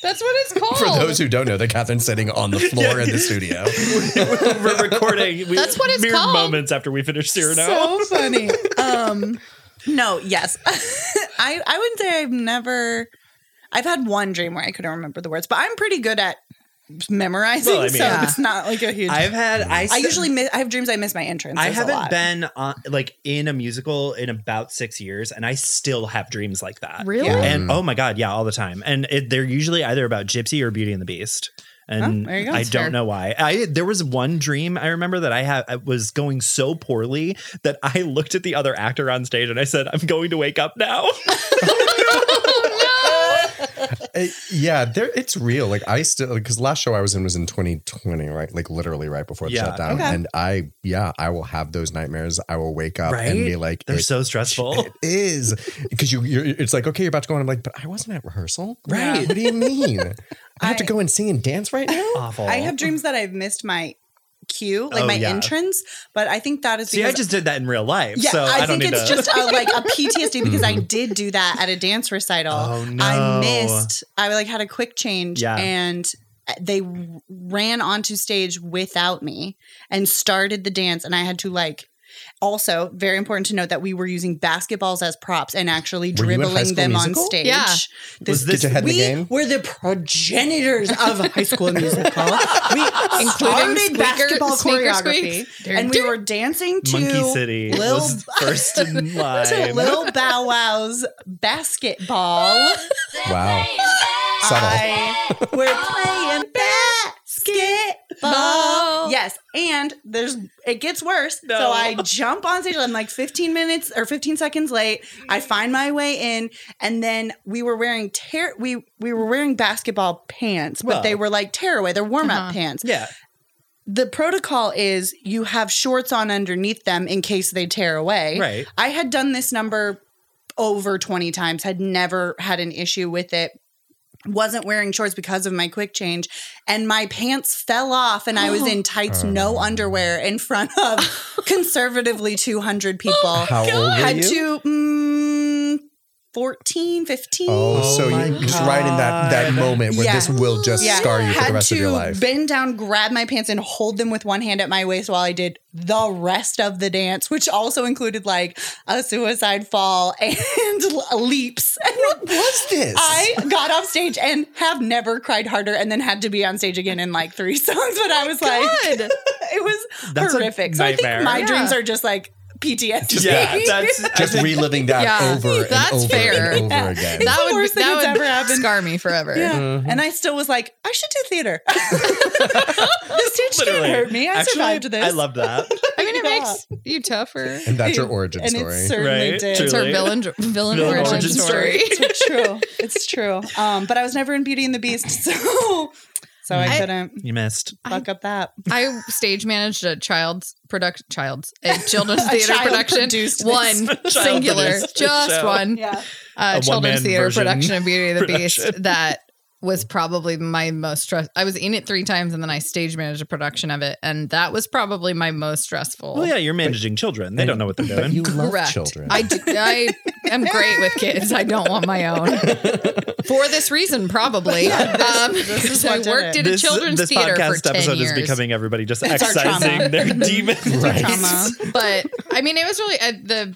That's what it's called. For those who don't know, that Catherine's sitting on the floor in the studio. we're recording. We, That's what it's mere called. Moments after we finish Cyrano. So funny. Um, no, yes, I I wouldn't say I've never. I've had one dream where I couldn't remember the words, but I'm pretty good at memorizing, Well, I mean- so it's not like a huge. i I've had. I, usually miss, I have dreams I miss my entrance. I a lot. haven't been on like in a musical in about six years, and I still have dreams like that. Really? Yeah. And oh my god, yeah, all the time. And it, they're usually either about Gypsy or Beauty and the Beast. And Oh, there you go. I That's don't fair. know why. I there was one dream I remember that I had I was going so poorly that I looked at the other actor on stage and I said, "I'm going to wake up now." Uh, yeah, there it's real. Like I still because last show I was in was in 2020, right? Like literally right before the Yeah. shutdown. Okay. And I, yeah, I will have those nightmares. I will wake up and be Right? like, They're it so stressful. is because you, you're, it's like okay, you're about to go on. I'm like, but I wasn't at rehearsal, Right. What do you mean? I have to I- go and sing and dance right now. Awful. I have dreams that I've missed my cue, like Oh, my yeah. entrance, but I think that is See, because I just did that in real life, so I, don't think need it's to. Hmm. just a, like a PTSD because I did do that at a dance recital. Oh, no. I missed. I like had a quick change, Yeah. and uh, they w- ran onto stage without me and started the dance, and I had to like. Also, very important to note that we were using basketballs as props and actually Were you in High dribbling School them Musical? on stage. Yeah. Was this- Get your head in the we game? were the progenitors of High School Musical. We Including started squeaker- basketball sneaker choreography, squeaks. and we were dancing to Monkey City Lil was first in to line. Lil Bow Wow's basketball. Wow, subtle. I, we're playing basketball. Ball. Yes, and there's it gets worse. So No. I jump on stage. I'm like 15 minutes or 15 seconds late. I find my way in, and then we were wearing tear. We we were wearing basketball pants, but Well. they were like tearaway. They're warm up Uh-huh. pants. yeah. The protocol is you have shorts on underneath them in case they tear away. Right. I had done this number over 20 times, had never had an issue with it. Wasn't wearing shorts because of my quick change, and my pants fell off, and I was in Oh. tights, no underwear, in front of conservatively 200 people. How old were had you? to mm, 14, 15. Oh, so my you just right in that that God. moment where Yeah. this will just scar you for Had the rest of your to life. Bend down, grab my pants, and hold them with one hand at my waist while I did the rest of the dance, which also included like a suicide fall and leaps. And What's this? I got off stage and have never cried harder, and then had to be on stage again in like three songs. Oh But I was like, God. it was That's a horrific. So I think nightmare. my Yeah. dreams are just like PTSD. Yeah, that's I just think- reliving that Yeah, over and that's over fair. and over Yeah. again. It's that the would, worst thing that that's would ever happened. scar me forever. Yeah. Mm-hmm. And I still was like, I should do theater. this teach Literally. can't hurt me. I Actually, survived this. I love that. I mean, it Yeah. makes you tougher. and that's your origin and story. It certainly Right? did. True. It's her Really? villain, villain, Villain origin, origin story. It's true. It's true. Um, but I was never in Beauty and the Beast, so so I, I- couldn't You missed. fuck up that. I stage managed a child's production, child's a children's A theater child production. produced One Child singular, produced just show. one. uh, A children's one-man theater version production of Beauty and the Beast production. that was probably my most stress. I was in it three times, and then I stage managed a production of it, and that was probably my most stressful. Well, yeah, you're managing children. They don't know what they're But doing. you love Correct. children. I, do, I am great with kids. I don't want my own. For this reason, probably. Um, this is so I what did worked it. in a children's this theater for 10 podcast episode years. is becoming everybody just It's our trauma. excising their demons. It's our Right. trauma. but I mean, it was really uh, the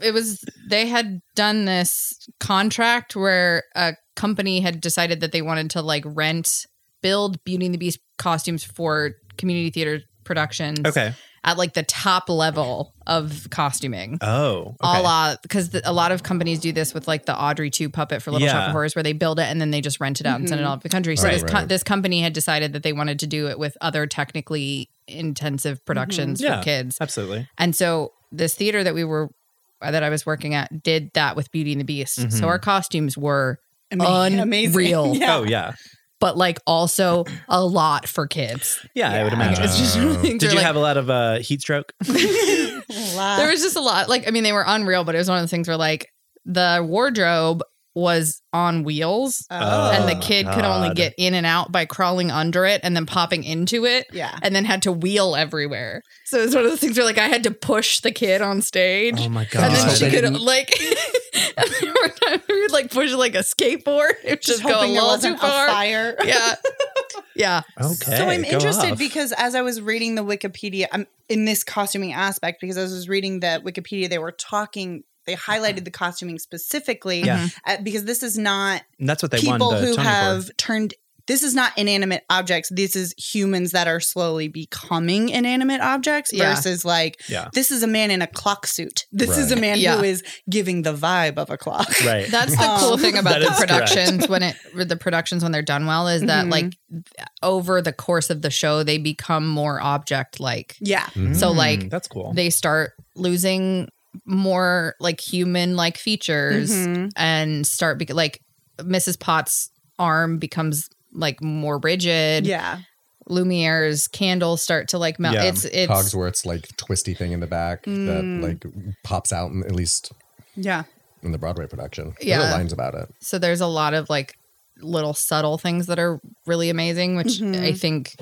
it was they had done this contract where a company had decided that they wanted to like rent build Beauty and the Beast costumes for community theater productions Okay. at like the top level of costuming. Oh. A Okay. la because the- a lot of companies do this with like the Audrey 2 puppet for Little Shop Yeah. of Horrors, where they build it and then they just rent it out and send it Mhm. all over the country. So Right. this co- Right. this company had decided that they wanted to do it with other technically intensive productions for Mm-hmm. Yeah. kids, Absolutely. and so this theater that we were uh, that I was working at did that with Beauty and the Beast. Mhm. So our costumes were Unreal. Yeah. Oh yeah. but like also a lot for kids. yeah. I would Yeah. Like, imagine. it's just Wow. things Did are you like- have a lot of uh, heat stroke? Oh. there was just a lot like i mean they were unreal but it was one of the things where like the wardrobe was on wheels and Oh, the kid could only God. get in and out by crawling under it and then popping into it yeah. and then had to wheel everywhere so it was one of those things where like i had to push the kid on stage Oh my god. and then God. she They could didn't- like and there were times we would like push like a skateboard it would just, go a hoping there little too wasn't a far fire. yeah yeah okay. so I'm go interested off. because as I was reading the Wikipedia, I'm in this costuming aspect because as I was reading the Wikipedia, they were talking. They highlighted the costuming specifically Yeah. uh, because this is not And that's what they won people the who Tony have for. turned. This is not inanimate objects. This is humans that are slowly becoming inanimate objects Yeah. versus like Yeah. this is a man in a clock suit. This is a Right. man Yeah. who is giving the vibe of a clock. Right. That's the Um, cool thing about That the is correct. productions when it with the productions when they're done well is that Mhm. like over the course of the show they become more object like. Yeah. Mm-hmm. So, Mm, like, that's cool. They start losing more like human like features Mhm. and start be- like Mrs. Potts' arm becomes like more rigid. Yeah. Lumiere's candles start to like melt. Yeah. It's it's Cogsworth's like twisty thing in the back Mm. that like pops out, in, at least Yeah. in the Broadway production. There Yeah. are lines about it. so there's a lot of like little subtle things that are really amazing which Mhm. i think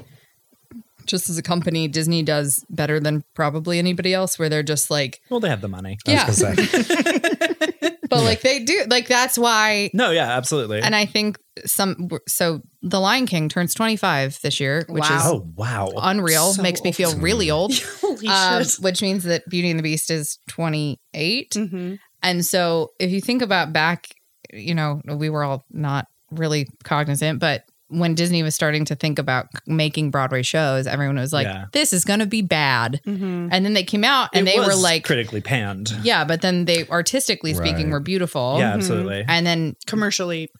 just as a company disney does better than probably anybody else where they're just like well, they have the money. yeah I was gonna say, but like they do like that's why No, yeah, absolutely. and i think some so the lion king turns 25 this year which Wow. is oh wow. unreal So makes me feel old. really old Holy um, shit. which means that beauty and the beast is 28 Mhm. And so if you think about back, you know, we were all not really cognizant, but when Disney was starting to think about c- making Broadway shows, everyone was like, Yeah. this is going to be bad. Mhm. And then they came out and It they were was like, critically panned. yeah, Mm-hmm. but then they artistically speaking Right. were beautiful. Yeah, absolutely. And then Commercially.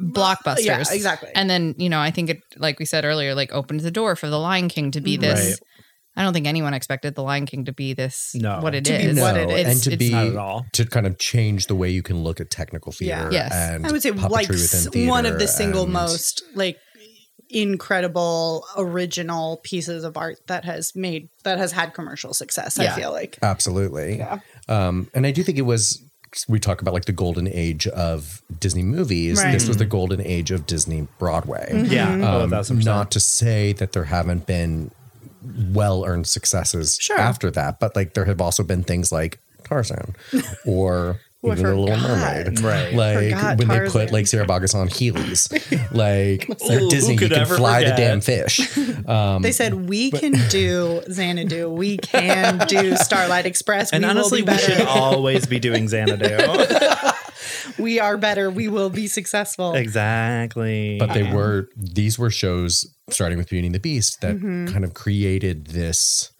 blockbusters. Yeah, exactly. And then, you know, I think it, like we said earlier, like opened the door for The Lion King to be this. Mm-hmm. Right. I don't think anyone expected The Lion King to be this, No. what it To be is. what it No, is. and to It's- be Not at all. to kind of change the way you can look at technical Yeah. theater. Yes. and I would say puppetry like within s- one theater of the single and- most like incredible original pieces of art that has made that has had commercial success. Yeah. I feel like Absolutely. Yeah. Um, and I do think it was. We talk about like the golden age of Disney movies. Right. Mm-hmm. This was the golden age of Disney Broadway. Mm-hmm. Yeah. Oh, Um, 1000%. not to say that there haven't been well earned successes Sure. after that, but like there have also been things like Tarzan or Oh, I even The Little forgot. Mermaid. Right. Like Forgot when they Tarzan. put like Sarah Boggess on Heelys. like Ooh, who at Disney, you could can ever fly forget? the damn fish. Um, they said we can do Xanadu, we can do Starlight Express. And we honestly, will be we should better. always be doing Xanadu. we are better. We will be successful. exactly. but they were these were shows starting with Beauty and the Beast that kind of created this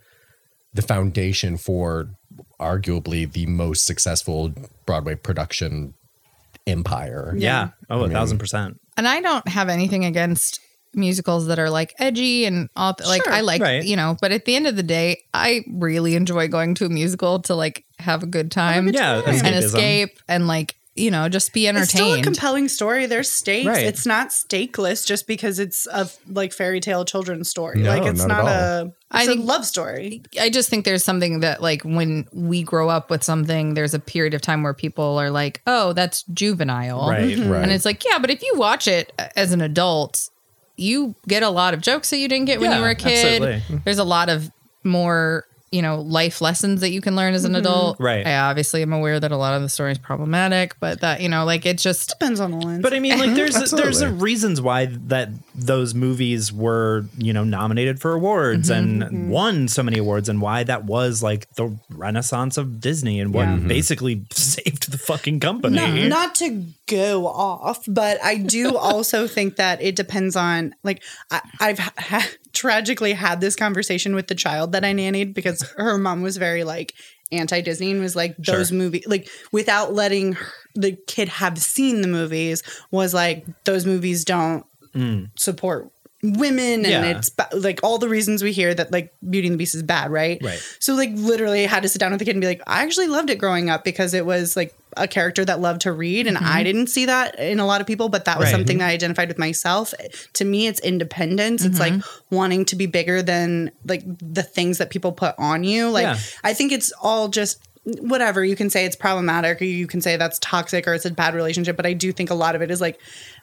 the foundation for arguably the most successful Broadway production empire. Yeah. Oh, a thousand percent. and I don't have anything against musicals that are like edgy and all th- like Sure, I like right. you know, but at the end of the day, I really enjoy going to a musical to like have a good time, Yeah. and escapism. escape and like you know just be It's still a entertained. compelling story. There's stakes. Right. It's not stakeless just because it's a like fairy tale children's story. No, like it's not at not, all. a it's I a think- love story. I just think there's something that like when we grow up with something, there's a period of time where people are like, oh, that's juvenile, Right. Right. And it's like, yeah, but if you watch it as an adult, you get a lot of jokes that you didn't get when Yeah, you were a kid. absolutely. Mm-hmm. There's a lot of more, you know, life lessons that you can learn as an adult. Mm-hmm. Right. I obviously am aware that a lot of the story is problematic, but that, you know, like it's just Depends on the lens. But I mean, like, there's a, there's a Absolutely. reasons why that those movies were, you know, nominated for awards and Mm-hmm. Mhm. won so many awards and why that was like the renaissance of Disney and what Yeah. Mhm. basically saved the fucking company. No, not to go off, but I do also think that it depends on like I, I've ha- tragically had this conversation with the child that I nannied because her mom was very like anti-Disney and was like those Sure. movies like without letting her, the kid have seen the movies was like those movies don't Mm. support women and Yeah. it's ba- like all the reasons we hear that like Beauty and the Beast is bad, right? Right. So like literally I had to sit down with the kid and be like, I actually loved it growing up because it was like a character that loved to read and I didn't see that in a lot of people, but that was Mm-hmm. Right. Mm-hmm. something that I identified with myself. To me it's independence. It's like Mm-hmm. wanting to be bigger than like the things that people put on you. Like Yeah. I think it's all just whatever you can say it's problematic or you can say that's toxic or it's a bad relationship but i do think a lot of it is like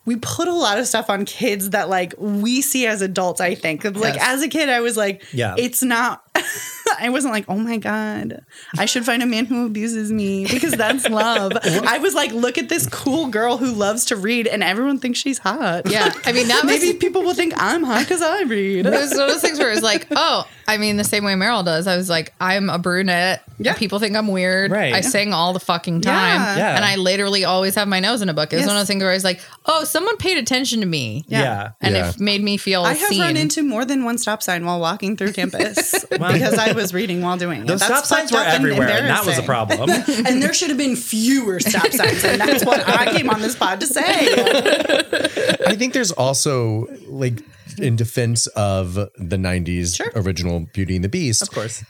we put a lot of stuff on kids that like we see as adults i think like Yes. as a kid i was like Yeah. it's not i wasn't like oh my god i should find a man who abuses me because that's love i was like look at this cool girl who loves to read and everyone thinks she's hot Yeah, I mean that was maybe people will think i'm hot because i read it was one of those things where it was like, oh, I mean, the same way Meryl does. I was like, I'm a brunette. Yeah. People think I'm weird. Right. I sing all the fucking time. Yeah. Yeah. And I literally always have my nose in a book. It was Yes. one of those things where I was like, oh, someone paid attention to me. Yeah. yeah. And Yeah. it made me feel I have seen. run into more than one stop sign while walking through campus Wow. because I was reading while doing it. Those That's stop signs fucked were up and everywhere, and that was a embarrassing. problem. And there should have been fewer stop signs, and that's what I came on this pod to say. I think there's also like in defense of the 90s Sure. original Beauty and the Beast. Of course.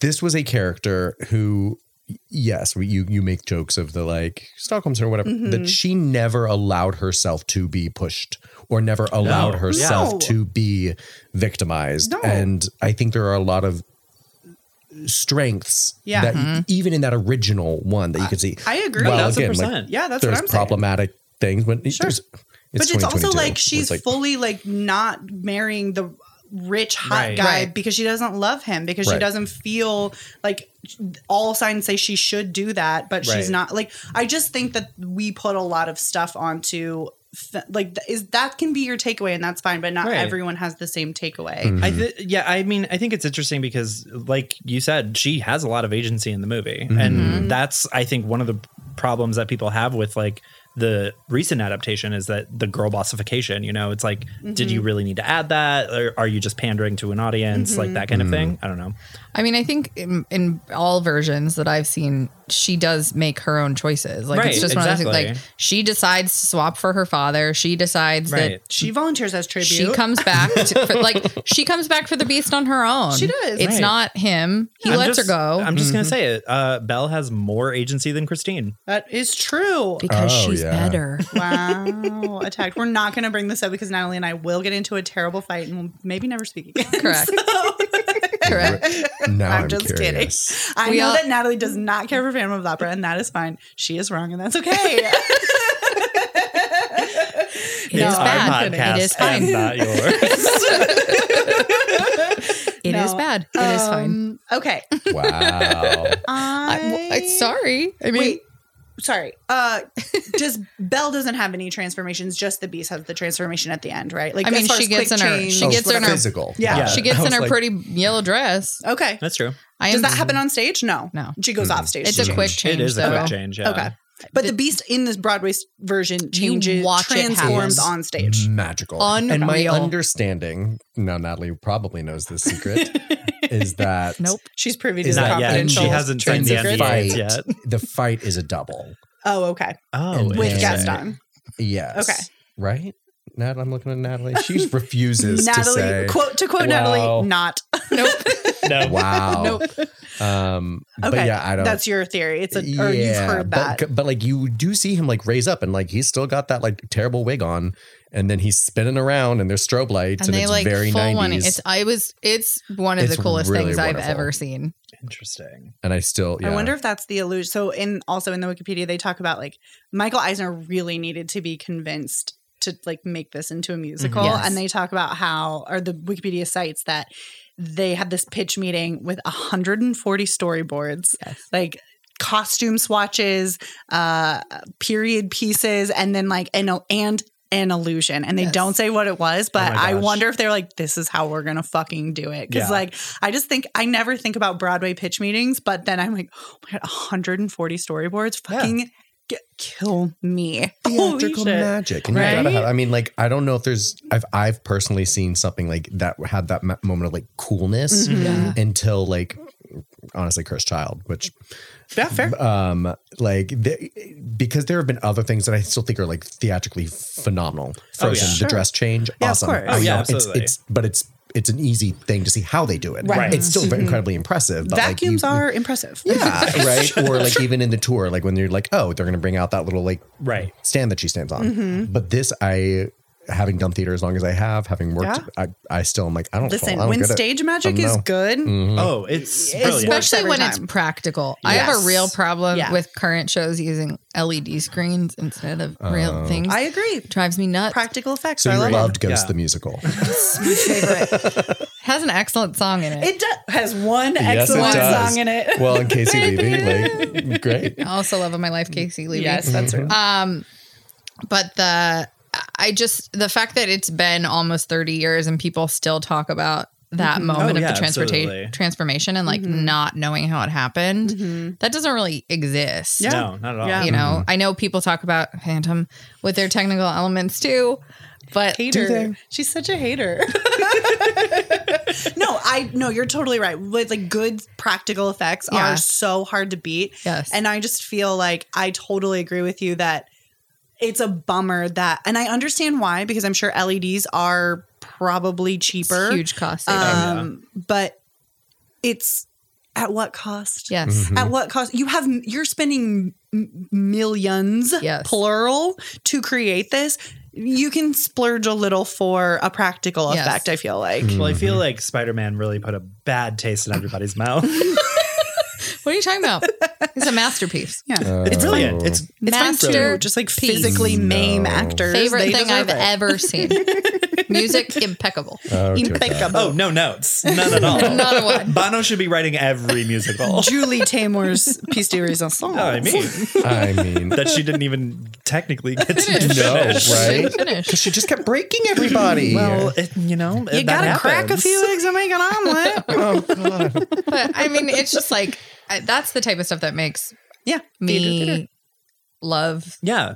this was a character who yes we, you you make jokes of the like stockholm syndrome whatever Mm-hmm. that she never allowed herself to be pushed or never allowed No. herself No. to be victimized No. and i think there are a lot of strengths Yeah. that even in that original one that you could see Mm-hmm. I agree. Well, Thousand again, like, percent. yeah, that's what there's I'm saying. problematic things when Sure. there's- but it's also 2022. like she's like- fully like not marrying the rich hot Right. guy Right. because she doesn't love him because she Right. doesn't feel like all signs say she should do that but Right. she's not like i just think that we put a lot of stuff onto f- like th- is that can be your takeaway and that's fine but not Right. everyone has the same takeaway I th- yeah, I mean, I think it's interesting because, like you said, she has a lot of agency in the movie, and that's I think one of the problems that people have with like the recent adaptation is that the girl bossification. You know, it's like, did Mm-hmm. you really need to add that, or are you just pandering to an audience, Mm-hmm. like that kind of thing? I don't know. I mean, I think in, in all versions that I've seen, she does make her own choices. Like Right, it's just one of those exactly. things. Like she decides to swap for her father. She decides Right. that she volunteers as tribute she comes back to, for, like she comes back for the beast on her own. She does. It's Right. not him. He lets just, her go I'm just gonna say it. Uh, Belle has more agency than Christine. that is true because Oh, she's yeah. better. wow attacked we're not going to bring this up because natalie and i will get into a terrible fight and we'll maybe never speak again Correct. Correct. now I'm i'm, just kidding. curious. I We know all- that Natalie does not care for Phantom of the Opera, and that is fine. She is wrong, and that's okay. It is bad. It is fine. and not yours. It No. is bad. It is fine. Um, Okay. wow I, I, well, I- sorry. I mean, Wait. Sorry. Uh, just Belle doesn't have any transformations. Just the Beast has the transformation at the end, right? Like I mean, as far she as gets quick in her- change, she Oh, gets in her- physical Yeah. Yeah. she gets I in was her like- pretty yellow dress. Okay. That's true. I am, Does that happen on stage? No. No. She goes off stage. It's a She quick changes. change. it is a though. quick change. Yeah. Okay. But the Beast in this Broadway s- version changes, watch it happen. transforms on stage. Mm-hmm. magical. Unreal. And my understanding, now Natalie probably knows this secret, is that Nope. She's privy to Is the that- Not yet. confidential. She hasn't trade signed the secrets. NDAs Fight. yet. the fight is a double. Oh, okay. Oh, With With Yeah. interesting. Gaston. Yes. Okay. Right? Nat, I'm looking at Natalie. She refuses to Natalie, say. quote to quote Wow. Natalie, not. Nope. No. Wow. Nope. Um, but Okay, yeah, I don't. That's your theory. It's a or you've Yeah, heard but- that. But, like you do see him like raise up and like he's still got that like terrible wig on, and then he's spinning around and there's strobe lights and and, they it's like very full 90s. one. It's I was. It's one of It's the coolest really things I've wonderful. ever seen. Interesting. and I still. Yeah. I wonder if that's the illusion. So in also in the Wikipedia they talk about like Michael Eisner really needed to be convinced to like make this into a musical Yes. and they talk about how or the Wikipedia cites that they had this pitch meeting with 140 storyboards Yes. like costume swatches uh period pieces and then like and and an illusion and they Yes. don't say what it was but my i gosh. wonder if they're like this is how we're gonna fucking do it because Yeah. like i just think i never think about broadway pitch meetings but then i'm like oh my god 140 storyboards Yeah. fucking g- kill me Holy theatrical shit. magic. And you Right? gotta have- I mean, like, I don't know if there's, I've, I've personally seen something like that had that mo- moment of like coolness Mhm. Yeah. until like, honestly, Cursed Child, which, Yeah, fair. um, like, the, because there have been other things that I still think are like theatrically phenomenal. Oh, yeah. Frozen, the Sure. dress change, Yeah, of awesome. course. I Oh, yeah, know, it's, absolutely. it's, but it's, it's an easy thing to see how they do it. Right. It's still Mhm. incredibly impressive. But like, vacuums you- are impressive Yeah, right. Or like even in the tour, like when you're like, oh, they're gonna bring out that little like Right. stand that she stands on. Mm-hmm. But this, I having done theater as long as I have, having worked, I, I still am like, I don't listen fall, I don't when get it. stage magic don't is know. good Oh, it's brilliant. Works Especially every when it's time. practical. I have Yes. a real problem Yeah. with current shows using LED screens instead of Oh. real things. i agree drives me nuts. practical effects So i you love loved Ghost Yeah. the musical. My favorite. has an excellent song in it. it it do- has one Yes, it excellent does. song in it well, and Casey Levy, like great. I also love of my life, Casey Levy. yes that's Mm-hmm. Um, right but the I just the fact that it's been almost 30 years and people still talk about that Mm-hmm. moment Oh, yeah, of the absolutely. transportation transformation and like not knowing how it happened that doesn't really exist. Mm-hmm. Yeah. No, not at all. Yeah. You know, I know people talk about Phantom with their technical elements too, but hater. She's such a hater. no, I no, you're totally right. With like good practical effects Yeah. are so hard to beat. Yes. And I just feel like I totally agree with you that it's a bummer that and I understand why because I'm sure LEDs are probably cheaper. it's huge Oh, cost saving. Um but it's at what cost? yes. At what cost? You have you're spending m- millions, Yes. plural, to create this. You can splurge a little for a practical Yes. Hmm. effect. I feel like Well, I feel like Spider Man really put a bad taste in everybody's mouth. What are you talking about? it's a masterpiece. yeah, Uh, it's brilliant. It's it's fun Master to Uh, just like piece. physically maim No. actors. Favorite They thing I've deserve it. ever seen. Music impeccable. Oh, dear God. impeccable. oh no notes, none at all. Not a one. Bono should be writing every musical. Julie Taymor's piece de resistance. Oh, I mean, I mean, that she didn't even technically get to Finish. no, finish. right? Finish. Because she just kept breaking everybody. Well, it, you know, you that gotta crack a happens. few eggs and make an omelet. oh God. but I mean, it's just like I, that's the type of stuff that makes yeah, me Theater, theater. love Yeah,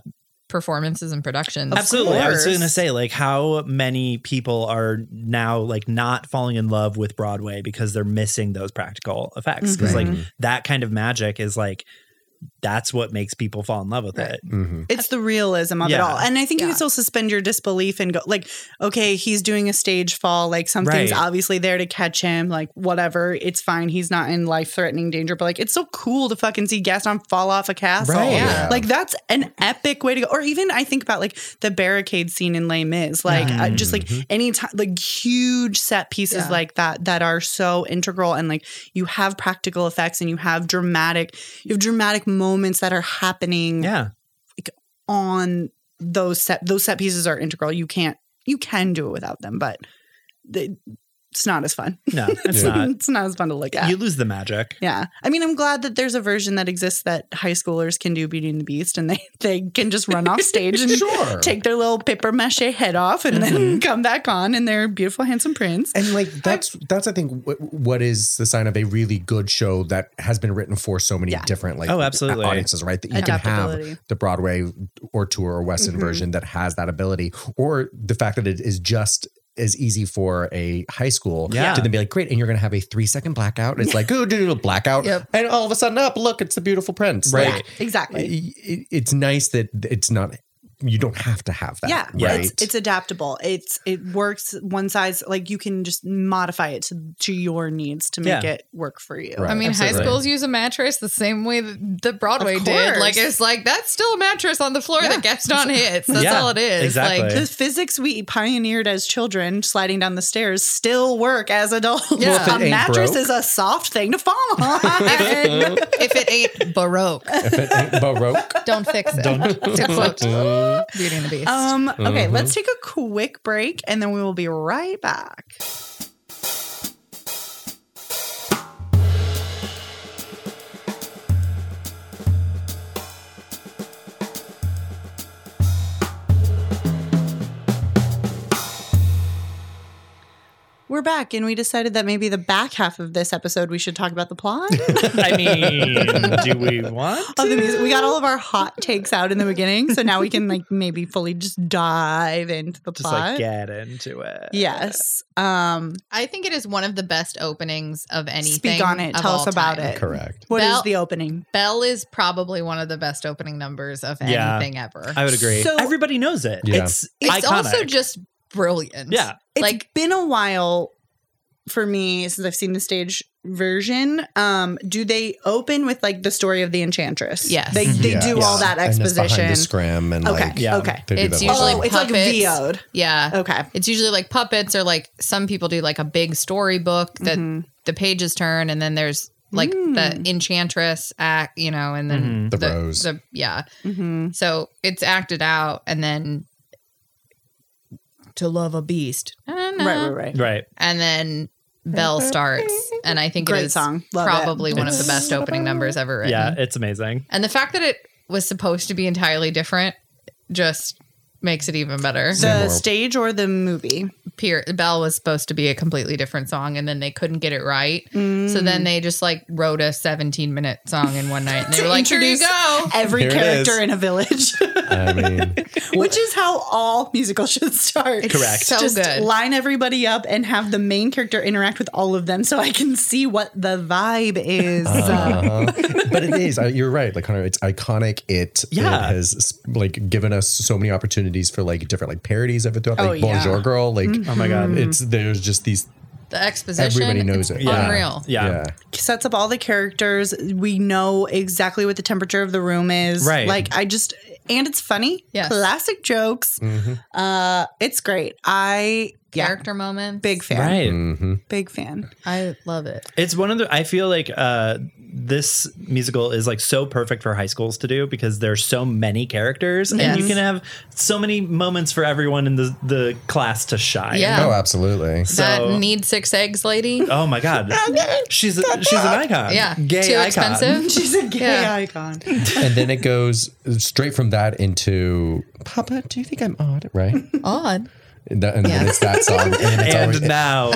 performances and productions. absolutely. I was course. gonna say, like, how many people are now like not falling in love with Broadway because they're missing those practical effects? Because like that kind of magic is like that's what makes people fall in love with Right. it. Mm-hmm. It's the realism of it Yeah. all. And I think you Yeah. can still suspend your disbelief and go, like, okay, he's doing a stage fall. Like, something's Right. obviously there to catch him. Like, whatever. It's fine. He's not in life threatening danger. But, like, it's so cool to fucking see Gaston fall off a castle. Right. Yeah. Like, that's an epic way to go. Or even I think about, like, the barricade scene in Les Mis. Like, uh, just like Mm-hmm. any time, like, huge set pieces Yeah. like that that are so integral. And, like, you have practical effects and you have dramatic, you have dramatic moments that are happening Yeah, on those set those set pieces are integral you can't you can do it without them but they, it's not as fun no, it's Uh, not. it's not as fun to look at You lose the magic. yeah i mean i'm glad that there's a version that exists that high schoolers can do beauty and the beast and they they can just run off stage and Sure. Mm-hmm. take their little paper mache head off and then come back on in their beautiful handsome prints and like that's that's I think what, what is the sign of a really good show that has been written for so many Yeah. different like Oh, absolutely. audiences, right? That you can Adaptability. Mm-hmm. have the Broadway or tour or Western version that has that ability, or the fact that it is just as easy for a high school Yeah. to then be like, great, and you're gonna have a three second blackout. It's like, oh, do, do, do, blackout, Yep. and all of a sudden, up, look, it's the beautiful prince, Right. Like, exactly it- it- it's nice that it's not. You don't have to have that. yeah Yeah. right. it's, it's adaptable it's it works one size like you can just modify it to, to your needs to make Yeah. it work for you Right. I mean, Absolutely. high schools use a mattress the same way that, that Broadway Of did. course. Like it's like that's still a mattress on the floor Yeah. that Gaston hits. That's Yeah, all it is. exactly. Like the physics we pioneered as children sliding down the stairs still work as adults. Yeah. Well, if it a ain't mattress broke. is a soft thing to fall on. if it- if it ain't baroque, if it ain't baroque. don't fix it. Don't. to quote Beauty and the Beast. um, okay, let's Mm-hmm. take a quick break and then we will be right back. we're back, and we decided that maybe the back half of this episode we should talk about the plot. I mean, do we want? of the to? music. We got all of our hot takes out in the beginning, so now we can like maybe fully just dive into the Just plot. like get into it. Yes. Um I think it is one of the best openings of anything. speak on it. of Tell us all about time. it. Correct. What is Bell- the opening? Bell is probably one of the best opening numbers of Yeah. anything ever. I would agree. So- Everybody knows it. Yeah. It's, it's iconic. also just brilliant. yeah. It's Like- been a while for me since I've seen the stage version. Um, do they open with like the story of the enchantress? Yes. They they do Yes. all that And it's exposition. behind the scrim and okay. like Yeah. Okay. they do It's that whole Oh, usually- thing. it's like puppets. VO'd. Yeah. Okay. It's usually like puppets or like some people do like a big storybook that Mm-hmm. Mhm. the pages turn and then there's like Mm. the enchantress act, you know, and Mm-hmm. then The rose. the- yeah. Mhm. So it's acted out and then to love a beast. Uh-huh. Right, right, right. Right. And then Bell starts. And I think it Great is song. Love it. probably one of the best opening numbers ever written. Yeah. It's amazing. And the fact that it was supposed to be entirely different just makes it even better. The Same world. stage or the movie? Pier- Bell was supposed to be a completely different song, and then they couldn't get it right. So then they just like wrote a 17 minute song in one night, and they Mm. To were like, "Here you introduce- go." Every Here it character is. in a village. I mean, which is how all musicals should start. Correct. so Just good. line everybody up and have the main character interact with all of them, so I can see what the vibe is. Uh, uh-huh. but it is. uh, You're right. Like Connor, it's iconic. It, it Yeah. has like given us so many opportunities for like different like parodies of it throughout. Like Oh, yeah. Bonjour Girl. Like mm, Oh my God. it's there's just these. The exposition, Everybody knows it's it. Yeah. Unreal. Yeah. yeah. Sets up all the characters. We know exactly what the temperature of the room is. Right. Like I just and it's funny. Yes. Classic jokes. Mm-hmm. Mhm. Uh, it's great. I yeah, Character moments, big fan. Right. Mhm. Big fan. I love it. It's one of the. I feel like uh, this musical is like so perfect for high schools to do because there's so many characters and you Yes. can have so many moments for everyone in the the class to shine. Yeah. Oh, absolutely. that So- need six eggs, lady. Oh my god. she's a, she's an icon. Yeah, Gay too icon. expensive. She's a gay Yeah. icon. and then it goes straight from that into Papa. Do you think I'm odd? Right. Odd. And, that- and then it's that song. And, then it's always, And now,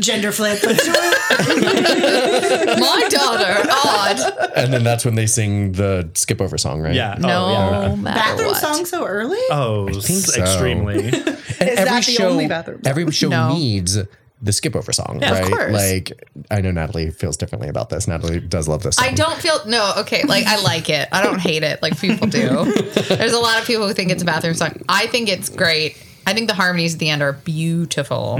Gender flip. Let's do it. My daughter, odd. and then that's when they sing the skip over song, right? yeah. No Oh, yeah. matter Bathroom what. song so early. Oh, think s- so. extremely. And Is that the only bathroom song? Every show No. needs the skip over song, Yeah, of right? course. Like I know Natalie feels differently about this. Natalie does love this. Song. I don't feel no okay. Like I like it. I don't hate it. Like people do. There's a lot of people who think it's a bathroom song. I think it's great. I think the harmonies at the end are beautiful.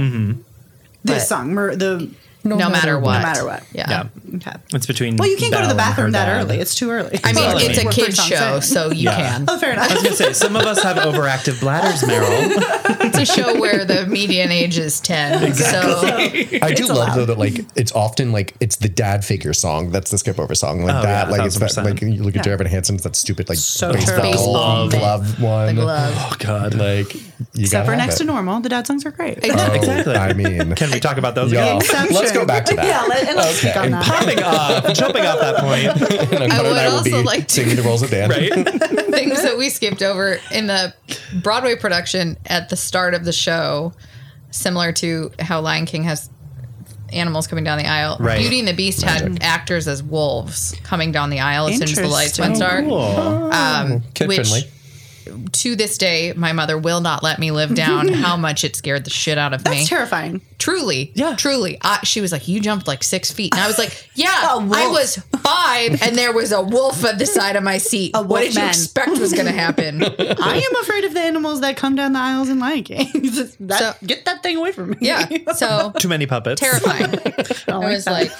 This But- song, Mer- the No, matter, what. no matter what. Yeah. yeah. Okay. It's between. Well, you can't go to Belle the and bathroom her that dad. early. It's too early. I mean, Well, I it's a mean- kid show, so you Yeah. can. Oh, fair enough. I was gonna say some of us have overactive bladders, Meryl. It's a show where the median age is 10. So I do It's love allowed. though that like it's often like it's the dad figure song that's the skip over song like Oh, that yeah, like it's that 1000%. like you look at Jared Van Hansen's that stupid like So baseball, true. Baseball thing. glove one The glove. Oh God. like you Except gotta for have next it. to normal, the dad songs are great. Oh, Exactly. I mean Can we talk about those? Yeah. again? Exception. let's go back to that. Yeah, let, and let's Okay. speak on that. Popping off, jumping off that point, I would, would and I would also be like to- singing the roles of Dan right? things that we skipped over in the Broadway production at the start of the show, similar to how Lion King has animals coming down the aisle. Right. Beauty and the Beast had actors as wolves coming down the aisle as soon as the lights went dark. Cool. Um, Kid which friendly. to this day, my mother will not let me live down how much it scared the shit out of me. That's terrifying. Truly, Yeah. truly. I, she was like, "You jumped like six feet," and I was like, "Yeah, A wolf. I was five, and there was a wolf at the side of my seat. A what wolf did you man. expect was going to happen?" I am afraid of the animals that come down the aisles in Lion King. Just that- So- get that thing away from me. yeah, so Too many puppets. terrifying. I don't I was that. like,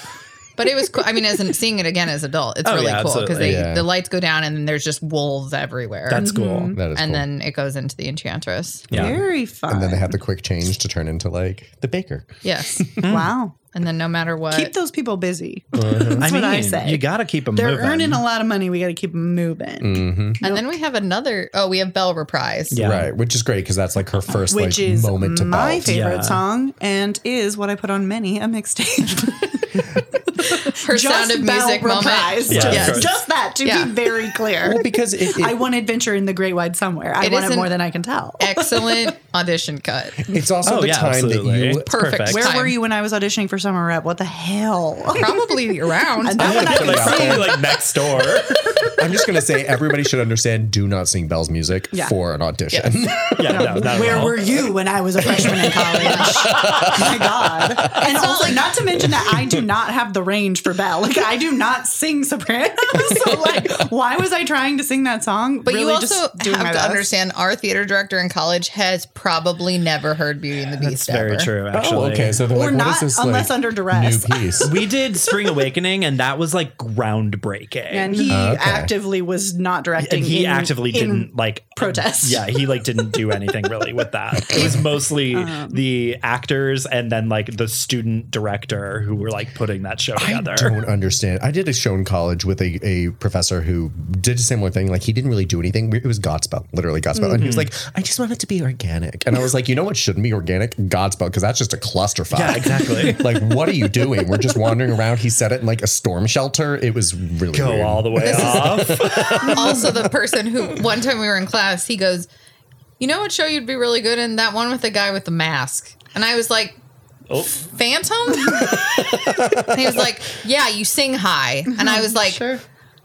but it was. cool. I mean, as in seeing it again as an adult, it's Oh, really yeah, cool because absolutely. they Yeah. the lights go down and then there's just wolves everywhere. That's cool. Mm-hmm. That is and cool. then it goes into the enchantress. Yeah. very fun. and then they have the quick change to turn into like the baker. Yes, wow. and then no matter what, Keep those people busy. Uh-huh. I mean, what I say. you gotta keep them Mm, They're moving. earning a lot of money. We got to keep them moving. Mm-hmm. and then we have another. Oh, we have Belle reprise. Yeah. Right, which is great because that's like her first Which like is moment to my belt. favorite Yeah. song and is what I put on many a mixtape. Her sound of music moment. reprised. Yeah, of Just, course. just that, to Yeah. be very clear. Well, because it, it- I want adventure in the Great Wide Somewhere. I It want is it more an than I can tell. Excellent audition cut. it's also Oh, the yeah, time absolutely. that you Perfect. Where time. were you when I was auditioning for Summer Rep? What the hell? Probably around. And that one I put could it out see. there. like next door. I'm just gonna say everybody should understand do not sing Bell's music Yeah. for an audition. yeah, no, not at Where all. were you when I was a freshman in college? My God. And also, not to mention that I do not have the range for Belle. Like, I do not sing soprano. So, like, why was I trying to sing that song? But you Really just also doing my have to best. understand our theater director in college has probably never heard Beauty and the Beast. It's very ever. true, actually. oh, okay. So they're like, Or what not, is this unless like, under duress. new piece? We did Spring Awakening, and that was like groundbreaking. And he Okay. actively was not directing. And he in- actively in- didn't like protest. Yeah, he like didn't do anything really with that. It was mostly Um. the actors and then like the student director who were like putting that show I together. don't understand. I did a show in college with a, a professor who did a similar thing. Like he didn't really do anything. It was Godspell, literally Godspell. And he was like, Mm-hmm. I just want it to be organic. And I was like, you know what shouldn't be organic? Godspell, because that's just a clusterfuck. Yeah, exactly. like, what are you doing? We're just wandering around. He said it in like a storm shelter. It was really Go weird. all the way off. also the person who one time we were in class he goes you know what show you'd be really good in that one with the guy with the mask and i was like Oh. phantom and he was like yeah you sing high and i was like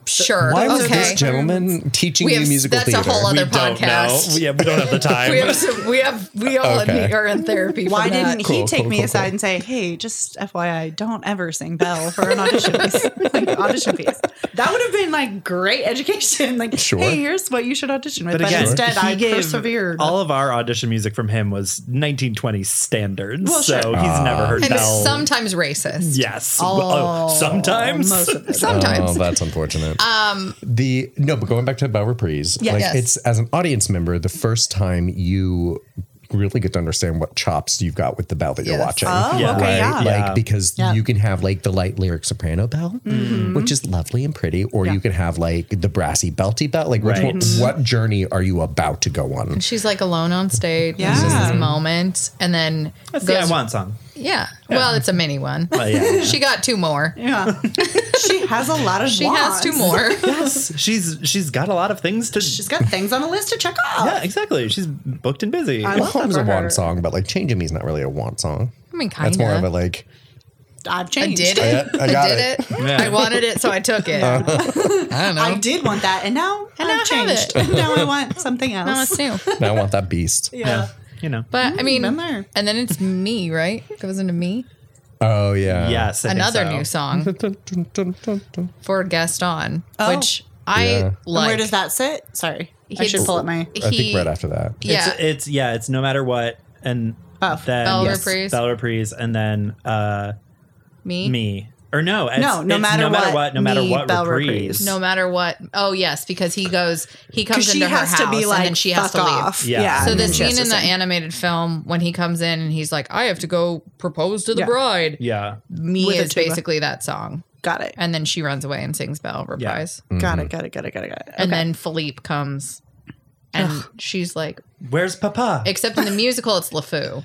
sure, Why was okay this gentleman teaching We have- you musical that's a theater? whole other- we don't know. podcast. Yeah, we don't have the time. we have, some, we have we all Okay. admit are in therapy. Why from that. didn't he Cool, take cool, me cool, aside cool. and say, "Hey, just FYI, don't ever sing Belle for an audition piece." like audition piece. That would have been like great education. Like, Sure. hey, here's what you should audition with. But, again, instead, he I gave- persevered. All of our audition music from him was 1920s standards, Well, so sure. he's never heard and Bell. sometimes racist yes, Well, oh, sometimes. most of it. sometimes Oh, that's unfortunate. Um, the no, but going back to Bell Reprise, Yes. like Yes. it's as an audience member, the first time you really get to understand what chops you've got with the bell that you're Yes. watching. Oh, Yeah. okay, yeah. Like Yeah. because Yeah. you can have like the light lyric soprano bell, Mm-hmm. which is lovely and pretty, or Yeah. you can have like the brassy belty bell. Like which Right. one- what journey are you about to go on? she's like alone on stage yeah. just Yeah. this moment and then That's the I goes, want song. yeah. well it's a mini one But yeah. she got two more Yeah. she has a lot of. she has two more yes, she's she's got a lot of things to. She's got things on a list to check off. yeah, exactly. She's booked and busy. I Well, love that home's for a her. want song, but like changing me is not really a want song. I mean, kind That's more of a like I've I changed. did I- it. I I, got did it. Uh-huh. it. Yeah. I wanted it, so I took it. I don't know. I did want that, and now And I've I have changed. now I want something else. No, it's new. I want that beast. yeah, you know. But I mean, been there. and then it's me, right? Goes into me. Oh yeah. yes, I think Another so. new song Dun, dun, dun, dun, dun. for Gaston, Oh. which I Yeah. And And like. where does that sit? Sorry, I He's- should pull up my. I He- think right after that. Yeah, It's, it's yeah, it's no matter what, and Oh. then Bell Reprise. Bell Reprise, and then uh, me. me or no, it's, No, no it's matter no matter what, what, no matter me, what Bell reprise. Reprise. No matter what. Oh yes, because he goes. He comes Because into she her has house, to be like, and then she has "Fuck to leave. off. Yeah. So So and the then she has scene to in the sing. animated film when he comes in and he's like, "I have to go propose to the Yeah. bride." Yeah, Me With a is tuba. basically that song, Got it. and then she runs away and sings "Bell Reprise." Got it. Got it. Got it. Got it. Got it. and then Philippe comes and she's like, where's Papa? except in the musical, it's LeFou.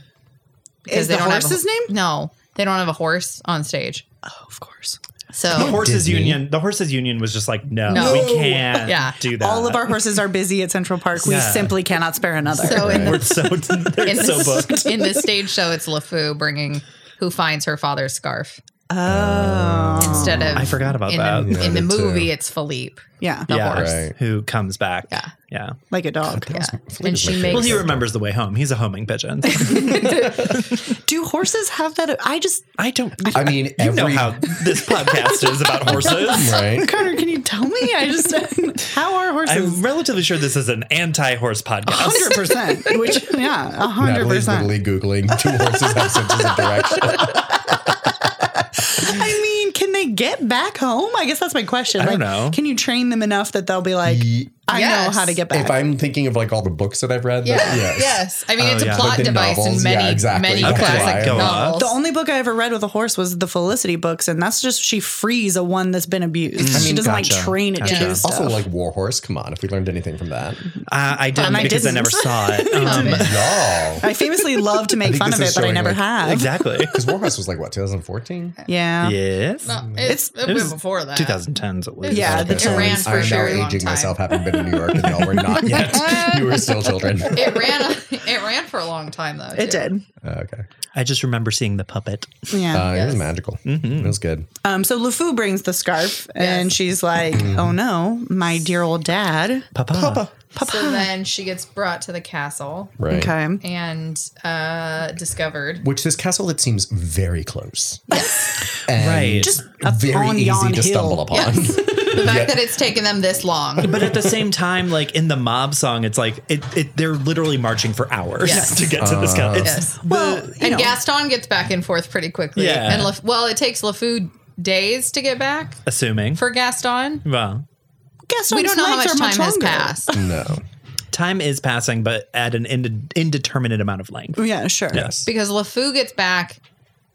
is the horse's have a, name? No, they don't have a horse on stage. Oh, of course. the Oh. So horses Disney. union. The horses union was just like, no, No. we can't Yeah. do that. All of our horses are busy at Central Park. We Yeah. simply cannot spare another. so in we're the, so they're in, the, so booked. in the stage show, it's LeFou bringing who finds her father's scarf oh, instead of I forgot about in that. The, Yeah, in I the did too. movie, it's Philippe. yeah, The yeah, horse. Right. who comes back? Yeah. yeah. like a dog. Yeah. Philippe And is my she favorite. makes Well, he remembers the way home. He's a homing pigeon. Do horses have that? I just I don't. I mean, you know every- how this podcast is about horses. Right. Carter, can you tell me? I just how are I'm horses? relatively sure this is an anti-horse podcast. Hundred percent. Which yeah, hundred Natalie's percent. literally googling two horses have senses of direction. I mean, can they get back home? I guess that's my question. I Like, don't know. Can you train them enough that they'll be like, I Yes. know how to get back. If I'm thinking of like all the books that I've read, Yeah. yeah. Yes. yes. I mean, Oh, it's a yeah. plot But the device in novels, many, yeah, exactly. many Okay. classic Go up. novels. the only book I ever read with a horse was the Felicity books, and that's just she frees a one that's been abused. I she mean, doesn't like Mm-hmm. gotcha. train it Gotcha. to do stuff. Also, like Warhorse. Come on, if we learned anything from that, Uh, I didn't And I because I, didn't. never saw it. Um, y'all. I famously love to make think fun this of it, is but I showing, never like, have. exactly. Because Warhorse was like what 2014. Yeah. Yes. No, it's, It it was was before that. 2010s at least. Yeah, the Okay, so it ran for I'm a very now long aging time. myself, having been in New York, and y'all were not yet. you were still children. It ran. It ran for a long time though. It too. did. Okay, I just remember seeing the puppet. Yeah. uh, it Yes. was magical. It Mm-hmm. was good. Um, so LeFou brings the scarf and Yes. she's like, Mm-hmm. Oh no, my dear old dad. Papa. Papa. So then she gets brought to the castle Right. Okay. and uh, discovered. Which this castle that seems very close. And Right. Just on very easy yon to hill. stumble upon. The fact that it's taken them this long. But at the same time, like in the mob song, it's like it, it they're literally marching for hours Yes. to get to this guy. It's Yes. the- Well, you And know, Gaston gets back and forth pretty quickly. Yeah. And Lef- well, it takes LeFou days to get back assuming. for Gaston. well, Gaston's We don't know how much legs are time has longer. passed. No. time is passing, but at an ind- indeterminate amount of length. Yeah, sure. Yes. Because LeFou gets back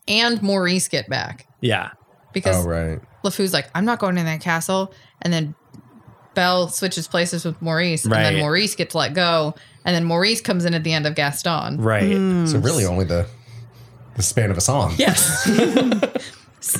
and Maurice get back. Yeah. Because Oh, right. LeFou's like, I'm not going in that castle. And then Belle switches places with Maurice. And Right. then Maurice gets let go. And then Maurice comes in at the end of Gaston. Right. Mm. So really only the the span of a song. Yes.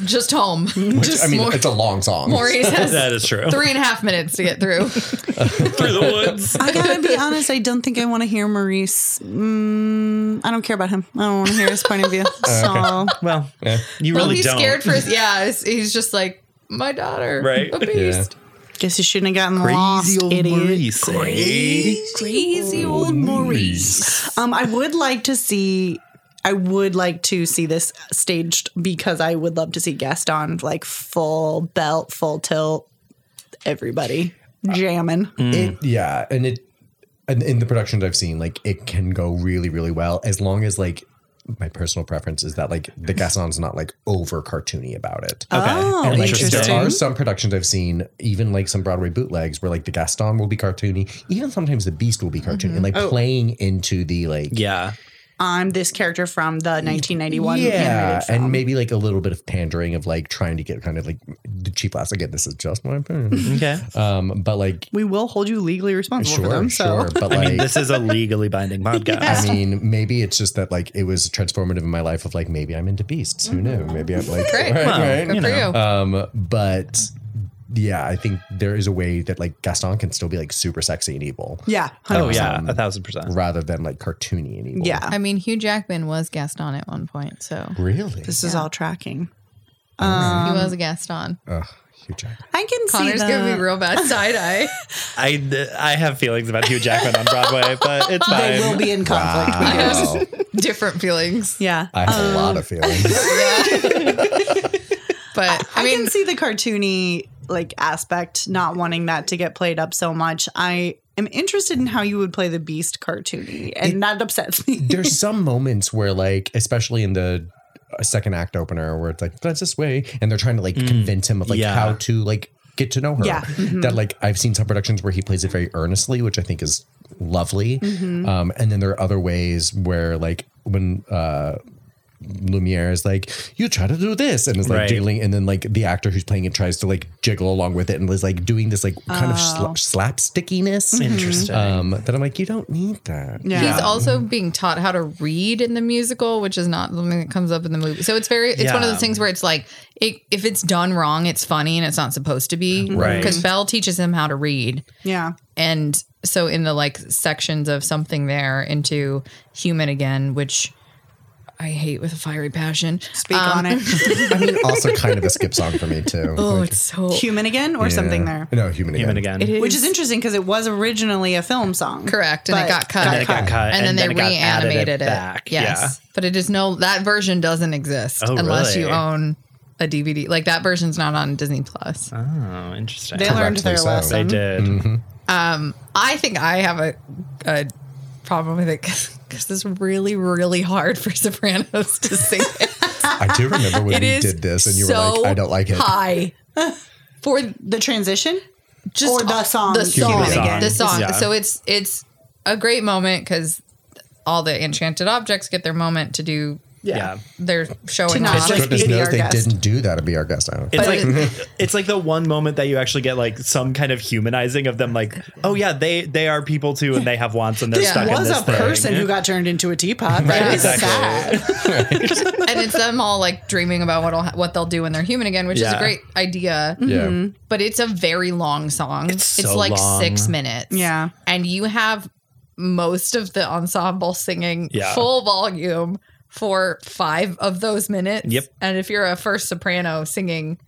Just home. Which, Just I mean, Maur- it's a long song. Maurice has That is true. three and a half minutes to get through. Through the woods. I gotta be honest. I don't think I want to hear Maurice. Mm, I don't care about him. I don't want to hear his point of view. Oh, So Well, Yeah. you well, really he's don't. scared for his. Yeah, he's, he's just like, my daughter. Right. A beast. guess you shouldn't have gotten Crazy lost, old idiot. Maurice. eh? Crazy old. Maurice. Um, I would like to see. I would like to see this staged because I would love to see Gaston like full belt, full tilt, everybody jamming. Mm. It, yeah, and it and in the productions I've seen, like it can go really, really well as long as like my personal preference is that like the Gaston's not like over cartoony about it. Okay. Oh, And, like, interesting. There are some productions I've seen, even like some Broadway bootlegs, where like the Gaston will be cartoony, even sometimes the Beast will be cartoony, and like playing into the like Yeah. I'm this character from the 1991. yeah, animated film. and maybe like a little bit of pandering of like trying to get kind of like the cheap laughs. Again, this is just my opinion, Okay. um, but like we will hold you legally responsible sure, for them. So sure, but I like. mean, this is a legally binding podcast. I mean, maybe it's just that like it was transformative in my life of like maybe I'm into beasts. Who knew? Maybe I'm like Great. right, Well, right. Good You for know. Uh, you. Um, but yeah, I think there is a way that like Gaston can still be like super sexy and evil yeah. oh, 100%. yeah. A thousand percent. rather than like cartoony and evil. Yeah. I mean, Hugh Jackman was Gaston at one point, so Really? This is all tracking. he Um, was a Gaston. Ugh, Hugh Jackman. I can Connor's see gonna that. be real bad side eye. I, I have feelings about Hugh Jackman on Broadway, but it's fine. They will be in conflict. we know. Wow. Different feelings, Yeah. I have a lot of feelings. but I, I mean, can see the cartoony like aspect, not wanting that to get played up so much. I am interested in how you would play the beast cartoony, and that upsets me. There's some moments where like, especially in the uh, second act opener, where it's like that's this way, and they're trying to like convince him of like Mm. Yeah. how to like get to know her. Yeah. Mm-hmm. That like I've seen some productions where he plays it very earnestly, which I think is lovely. Mm-hmm. Um, and then there are other ways where like when uh Lumiere is like, you try to do this, and is like Right. jiggling, and then like the actor who's playing it tries to like jiggle along with it, and is like doing this like kind of Oh. sla- slapstickiness. Interesting. Um, that I'm like, you don't need that. Yeah. he's also being taught how to read in the musical, which is not something that comes up in the movie. So it's very, it's one of Yeah. those things where it's like, it, if it's done wrong, it's funny and it's not supposed to be, Right. Because Belle teaches him how to read, yeah. and so in the like sections of something there into human again, which I hate with a fiery passion. Speak um, on it. I mean, also kind of a skip song for me too. Oh, Like, it's so Human again or yeah. something there. No, human again. Human again. it is- Which is interesting because it was originally a film song. Correct, and it But got cut. Uh, And then it got cut. and, then they it got added reanimated it. Back. Yes, but it is no that version doesn't exist Oh, unless you really? own a DVD. Like that version's not on Disney Plus. Yeah. Oh, interesting. They learned Correctly their so. lesson. They did. Mm-hmm. I think I have a, a problem with it because it's really really hard for Sopranos to sing. it. I do remember when It we is did this, and you so were like, "I don't like it." High. For The transition? just Or the song. the Cue song, it again. the song. Yeah. So it's it's a great moment because all the enchanted objects get their moment to do Yeah. their showing not off. just Goodness Be knows Our they Guest. didn't do that at Be Our Guest. I don't It's But like it- it's like the one moment that you actually get like some kind of humanizing of them. Like, oh yeah, they they are people too, and they have wants, and they're This stuck in was this a thing. person who got turned into a teapot. That is exactly. sad. and it's them all like dreaming about what'll ha- what they'll do when they're human again, which is Yeah. a great idea. Mm-hmm. Yeah. But it's a very long song. It's so like long. six minutes. Yeah. and you have most of the ensemble singing Yeah. full volume for five of those minutes. Yep. and if you're a first soprano singing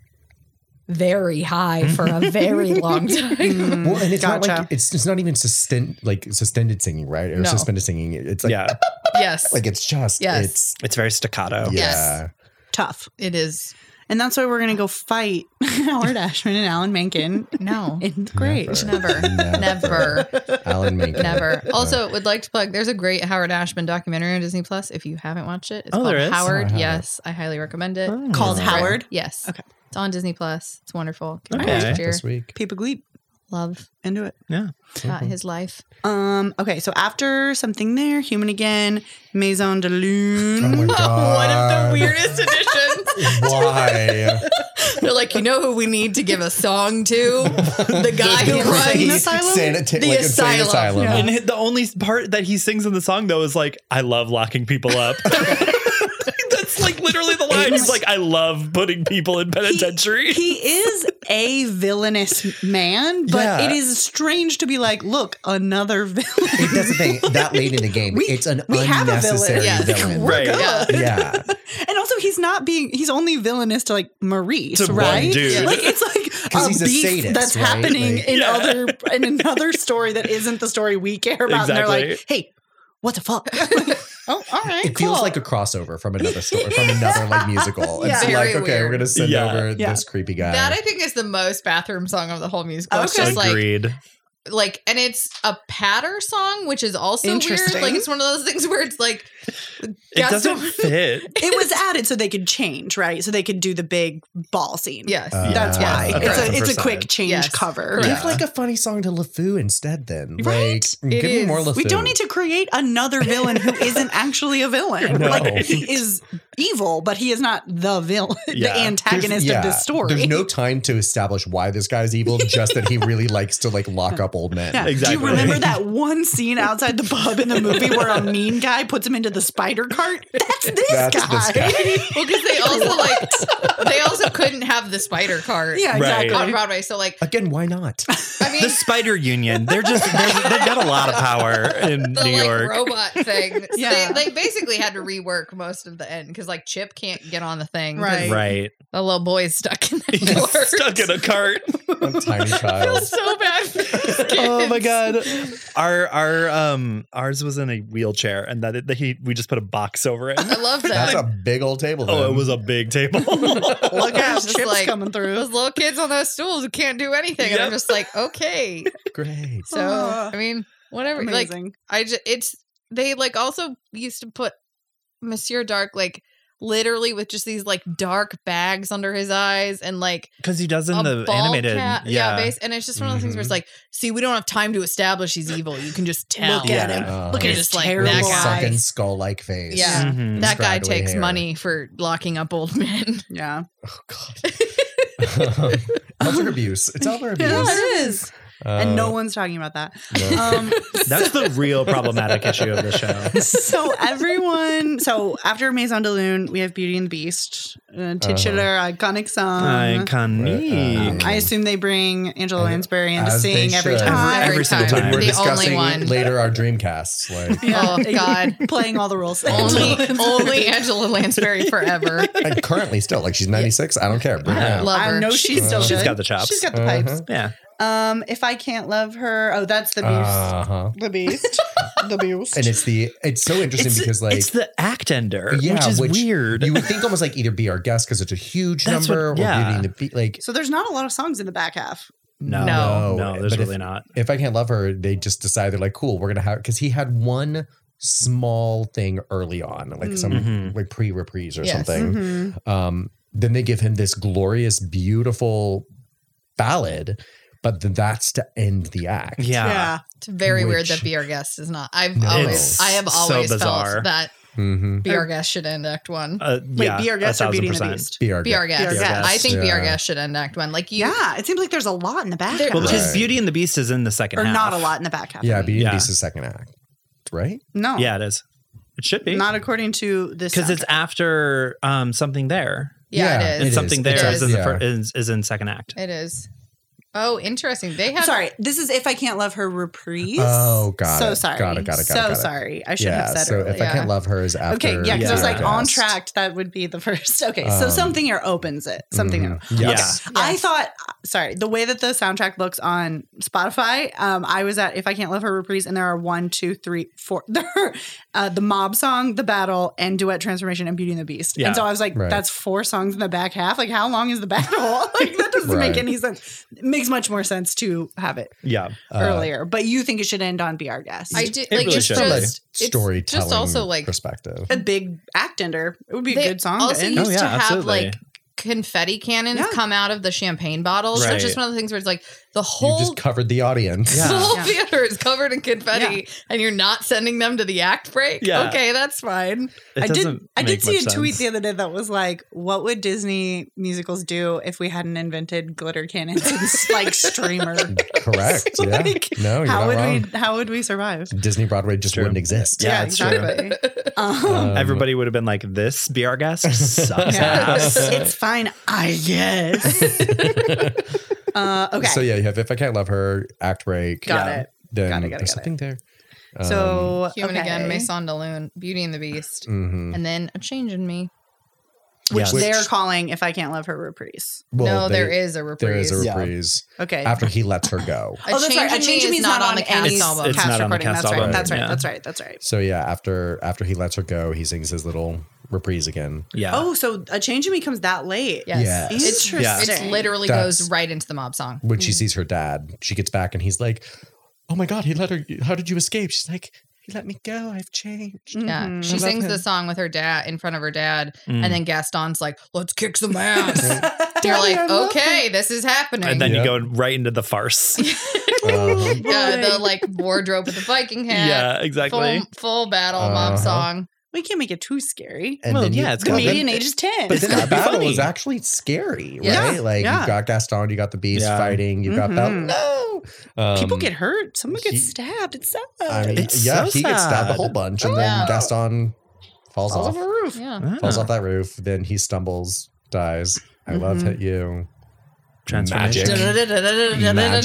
very high for a very long Mm. time. Well, and it's not Gotcha. like it's, it's not even suspend like suspended singing, right? Or No. suspended singing. It's like yeah, yes, like it's just Yes. it's it's very staccato. Yes. yeah. Tough. it is. And that's why we're going to go fight Howard Ashman and Alan Menken No, in the grave. never, Never. never. Alan Menken. Never. Also, would like to plug. There's a great Howard Ashman documentary on Disney Plus. If you haven't watched it, it's Oh, called there is? Howard. Oh, I yes, I highly recommend it. Oh. Called Howard? Yes. Okay. It's on Disney Plus. It's wonderful. Can Okay. watch it here. This week. Mm-hmm. Paper Gleep. Love Into it. Yeah. about his life. Um. Okay. So after something there, human again, Maison de Lune. Oh my god. weirdest editions. Why? They're like, you know who we need to give a song to? The guy who Insane runs asylum? Sanita- The like insane asylum. asylum. Yeah. And the only part that he sings in the song though is like, "I love locking people up." That's like literally the line. He's like, "I love putting people in penitentiary." He is a villainous man, but Yeah. it is strange to be like, look, another villain. That's the thing. That late in the game, We- it's an we have a unnecessary villain. Yes. villain. We're Right. good. Yeah. Yeah. And also, he's not being, he's only villainous to like Maurice, To one right? dude. Like, it's like 'Cause a he's a beef sadist, that's right? happening Like- in Yeah. other, in another story that isn't the story we care about. And they're like, hey, what the fuck? oh, all right. It feels cool. like a crossover from another story, from another like musical. Yeah. It's Very like, okay, weird. we're gonna send Yeah. over Yeah. this creepy guy. That I think is the most bathroom song of the whole musical. It's Okay. just like Agreed. like and it's a patter song which is also weird Interesting. like it's one of those things where it's like it doesn't Gaston- fit. it was added so they could change, right? So they could do the big ball scene. yes Uh, That's Yeah. why. Okay. It's a it's a 100%. quick change Yes. cover. Correct. Give like a funny song to LeFou instead, then. Right? Like, mm, It give me is. more LeFou. We don't need to create another villain who isn't actually a villain. No. Like he is evil, but he is not the villain, Yeah. the antagonist There's- of yeah. this story. There's no time to establish why this guy's evil, just that he really likes to like lock up old men. Yeah. Do Exactly. you remember that one scene outside the pub in the movie where a mean guy puts him into the spider cart? That's this That's guy. this guy. well because they also like they also couldn't have the spider cart yeah, Right. exactly. on broadway so like Again, why not? i mean The Spider Union. They're just they're, they've got a lot of power in the New like York. robot thing So Yeah. they, they basically had to rework most of the end because like chip can't get on the thing 'cause Right. right. the little boy is stuck in the He's door stuck in a cart. A tiny child. so bad for these oh my kids. god. Our our um ours was in a wheelchair and that, that he we just put a box over it. i love that That's a big old table. Oh, then. it was a big table. Look out, Just chips like- coming through. those little kids on those stools who can't do anything and i'm Yep. just like okay great. so Ah. i mean whatever like Amazing. I just it's they like also used to put Monsieur Dark like literally with just these like dark bags under his eyes and like Because he does in a the ball animated. cap. yeah. base. And it's just one of those things where it's like, see, we don't have time to establish he's evil. You can just tell. Look at Yeah. him. Uh, Look at It's his like terrible that guy. eyes. Sunken skull like face. Yeah. Mhm. That guy Scraggly takes hair. money for locking up old men. Yeah. Oh, God. elder abuse. It's elder abuse. it is. Uh, And no one's talking about that. no. Um, That's the real problematic issue of the show. so everyone, so after Maison de Lune, we have Beauty and the Beast, uh, titular Uh-huh. iconic song. Iconic. uh, I assume they bring Angela Lansbury in to As they sing every should. time. Every single When time. we're The only discussing one. later our Dreamcasts, like Oh God. Playing all the roles. only only Angela Lansbury forever. and currently still, like she's ninety six. I don't care. Bring her out. Love I her. know she's still She's good. got the chops. She's got the pipes. yeah. Um, if I can't love her, oh, that's the beast. Uh-huh. the beast. the beast. And it's the it's so interesting It's, because like it's the act ender, yeah, which is weird. You would think almost like either be our guest because it's a huge That's what- number, yeah. or Beauty and the Be- like so there's not a lot of songs in the back half. no, No. no, there's But if- really not. if I can't love her, they just decide they're like, cool, we're gonna have because he had one small thing early on, like some Mhm. like pre reprise or Yes. something. Um, then they give him this glorious, beautiful ballad. but then that's to end the act. Yeah. yeah. It's very weird Which- that Be Our Guest is not. I've No. always, It's I have so always bizarre. felt that hmm Oh. Be Our Guest should end Act One. Uh, Wait, yeah, Be Our a Guest or thousand Beauty and the percent. Beast? Be our Be Our guest. Guest. Be Our Guest. I think Be Our Yeah. Guest should end Act One. Like you, Yeah. It seems like there's a lot in the back There- half. Well, because Right. Beauty and the Beast is in the second or half. not a lot in the back half. Yeah, Beauty Yeah. and the Beast is second act, right? No. Yeah, it is. It should be. Oh. Not according to this. because it's after um, something there. yeah, Yeah, it And is. It's- something there It is, is. in the Yeah. fir- is, is in second act. It is. Oh, interesting. They soundtrack. have Sorry, this is if I can't love her reprise. Oh, got so it. sorry, Got it, got it, got it, so got it. sorry. I should yeah. have said so earlier. if I can't Yeah. love her is after. okay, yeah, because I was Yeah. like on Guest. track. That would be the first. Okay, so Um, something or opens it. Something or Mhm. Yes. Yes. I thought, uh, sorry, the way that the soundtrack looks on Spotify, um, I was at If I Can't Love Her Reprise, and there are one, two, three, four. There are, uh, the mob song, the battle, and duet transformation, and Beauty and the Beast. Yeah. And so I was like, Right. that's four songs in the back half. Like, how long is the battle? like, that doesn't Right. make any sense. It makes much more sense to have it Yeah. Uh, earlier, but you think it should end on Be Our Guest. I do. It Like really it's should. just Like, it's storytelling Just also like perspective. a big act ender. It would be a They good song. Also to end. used Oh, yeah, to have absolutely. like confetti cannons Yeah. come out of the champagne bottles. So It's just Right. one of the things where it's like the You whole just covered the audience. Yeah. the whole Yeah. theater is covered in confetti, and you're not sending them to the act break. Yeah. Okay, that's fine. It I did. doesn't I make did see a much tweet the sense. other day that was like, "What would Disney musicals do if we hadn't invented glitter cannons and like streamer? Correct. Yeah. Like, Oh, no, you're how not would wrong. we? How would we survive? Disney Broadway just True. wouldn't exist. Yeah, it's true. Um, Um, Everybody would have been like, "This be our guest sucks yeah. ass." it's fine. I guess. uh, okay. So yeah, you have if I can't love her, act break. Got yeah, it. Then Got it, got it, there's got something there. um, so Human again, okay. Maison de Lune, Beauty and the Beast, hmm and then a change in me. which Yes. they're calling "If I Can't Love Her" reprise. no, there is a reprise. there is a Yeah. reprise Okay. after he lets her go. A oh, that's change right. in A change in me is not, on the any cast It's- album. it's- not on the recording. cast that's right. album, That's right. yeah. That's right. That's right. So yeah, after after he lets her go, he sings his little reprise again. yeah. Oh, so a change in me comes that late. Yes. Yes. It's, Interesting. Yeah. it literally That's- goes right into the mob song. When she sees her dad, she gets back and he's like, "Oh my god, he let her. How did you escape?" She's like, "He let me go. I've changed." Yeah, Mm-hmm. Mhm. she I love sings the him. song with her dad in front of her dad, Mm. and then Gaston's like, "Let's kick some ass." They're like, "Okay, this is happening." and then Yeah. you go right into the farce. Um, uh, the like wardrobe with the Viking hat, yeah, exactly. full full battle mob Uh-huh. song. we can't make it too scary. and Well, then you- yeah, it's well, gotta be- then- Comedian age is 10. But But then gotta that be battle funny. is actually scary, Yeah. right? Like Yeah. you've got Gaston, you got the Beast Yeah. fighting, you've got Mhm. that. No, People Um, get hurt. Someone gets he- stabbed. It's sad. I mean, It's yeah, so he gets stabbed a sad. whole bunch, and Yeah. then Gaston falls, Falls off, off a roof. Yeah, Ah. falls off that roof. Then he stumbles, dies. I love hit you. Transformation. Magic.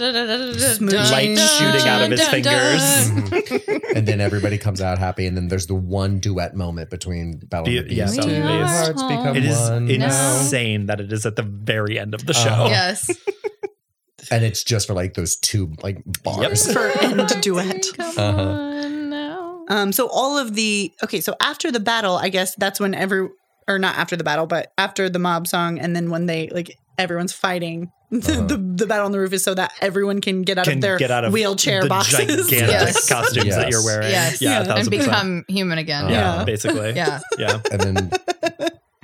Light shooting out of his fingers. Mm-hmm. and then everybody comes out happy, and then there's the one duet moment between Bella and Be- the yeah, Beast. Bella Two and the Beast. hearts become It is one. insane that it is at the very end of the show. Uh-huh. Yes, And it's just for like those two like bars. For end duet. Uh-huh. Uh-huh. Um, so all of the okay, so after the battle, I guess that's when every or not after the battle, but after the mob song, and then when they like everyone's fighting, Uh-huh. the, the battle on the roof is so that everyone can get out Can of their get out of wheelchair the boxes. gigantic Yes. costumes that Yes. you're wearing. Yes. Yeah, a And and thousand percent. become human again. Yeah. yeah, basically. Yeah. yeah. and then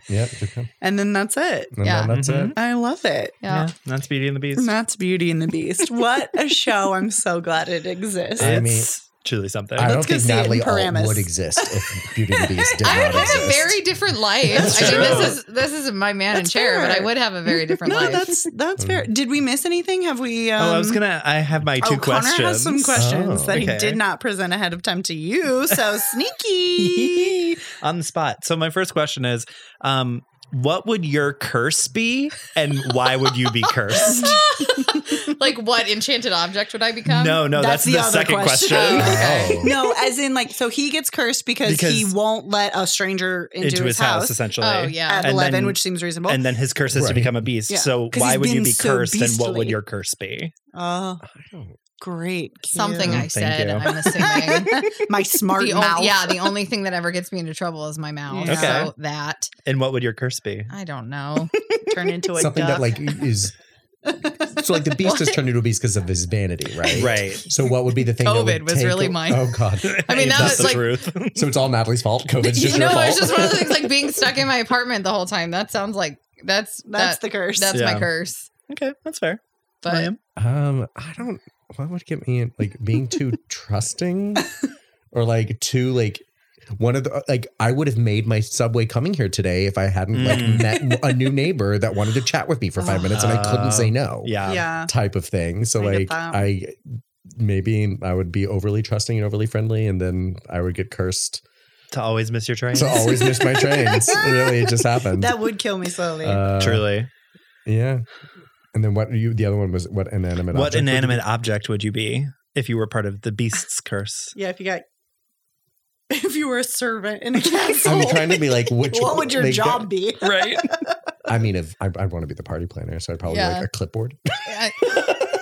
yeah, here come- And then that's it. and Yeah. then that's Mhm. it. I love it. Yeah. Yeah, that's Beauty and the Beast. And that's Beauty and the Beast. What a show. I'm so glad it exists. I it's mean- truly something. I don't go think see it in Natalie Alt Paramus. would exist if Beauty and the Beast did I not would exist. have a very different life. That's I mean, true. this is this is my man That's in chair, but I fair. would have a very different no, life. that's that's fair. Did we miss anything? Have we? Um, Hmm. oh, I was gonna. I have my oh, two Connor questions. has some questions Oh. that Okay. he did not present ahead of time to you. So sneaky. on the spot. So my first question is, um, what would your curse be, and why would you be cursed? like, what enchanted object would I become? no, no, that's that's, the the, other second question. question. Okay. Oh. no, as in like, so he gets cursed because, he Because- won't let a stranger into, Into his house, essentially. Oh yeah. at And eleven, then- which seems reasonable. And then his curse is to Right. become a beast. Yeah. So 'Cause why he's would you been be so cursed, and what would beastly. your curse be? oh, great! Something cute. I Thank said. you. I'm assuming. my smart the on- mouth. yeah, the only thing that ever gets me into trouble is my mouth. Yeah. So that And what would your curse be? I don't know. turn into a something duck. that like is so like the beast is turned into a beast because of his vanity, right? Right. So what would be the thing? that would COVID was take- really mine. Oh god. I mean, Is that was the like- truth. So it's all Natalie's fault. COVID's just no, your fault. it's just one of the things like being stuck in my apartment the whole time. That sounds like that's that's that's the curse. that's Yeah. my curse. okay, that's fair. but Ma'am? Um, I don't. What would get me in? Like being too trusting, or like too like one of the like I would have made my subway coming here today if I hadn't Mm. like met a new neighbor that wanted to chat with me for five minutes and I Oh, couldn't say no. Yeah. yeah. type of thing. So I get like that. I maybe I would be overly trusting and overly friendly, and then I would get cursed To always miss your train. to always miss my trains. Really, it just happened. That would kill me slowly. Uh, Truly. Yeah. And then what you the other one was what inanimate what object would you inanimate object would you be if you were part of the beast's curse? yeah, if you got if you were a servant in a be? castle. I'm trying to be like which Oh. what would your like, job that- be? Right. I mean, if I, I'd want to be the party planner, so I'd probably be Yeah. like a clipboard. I,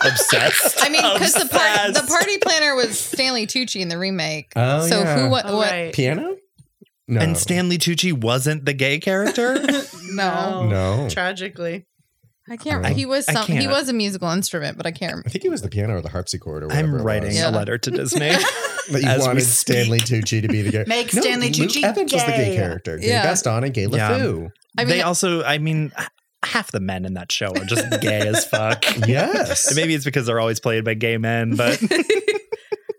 Obsessed. I mean, because the part, the Obsessed. party planner was Stanley Tucci in the remake. Oh, so yeah. who what Oh, what? right. Piano? No. And Stanley Tucci wasn't the gay character. No, Oh, No. Tragically. I can't. I- he was I some. He can't. was a musical instrument, but I can't. remember. I think it was the piano or the harpsichord or whatever. I'm it writing was. Yeah. a letter to Disney. But you as we wanted speak. Stanley Tucci to be the gay. Make Stanley Tucci Luke Evans was the gay gay. character. Gay Yeah. Gaston and gay Yeah. LeFou. I they mean, also, I mean, h- half the men in that show are just gay as fuck. Yes. And maybe it's because they're always played by gay men, but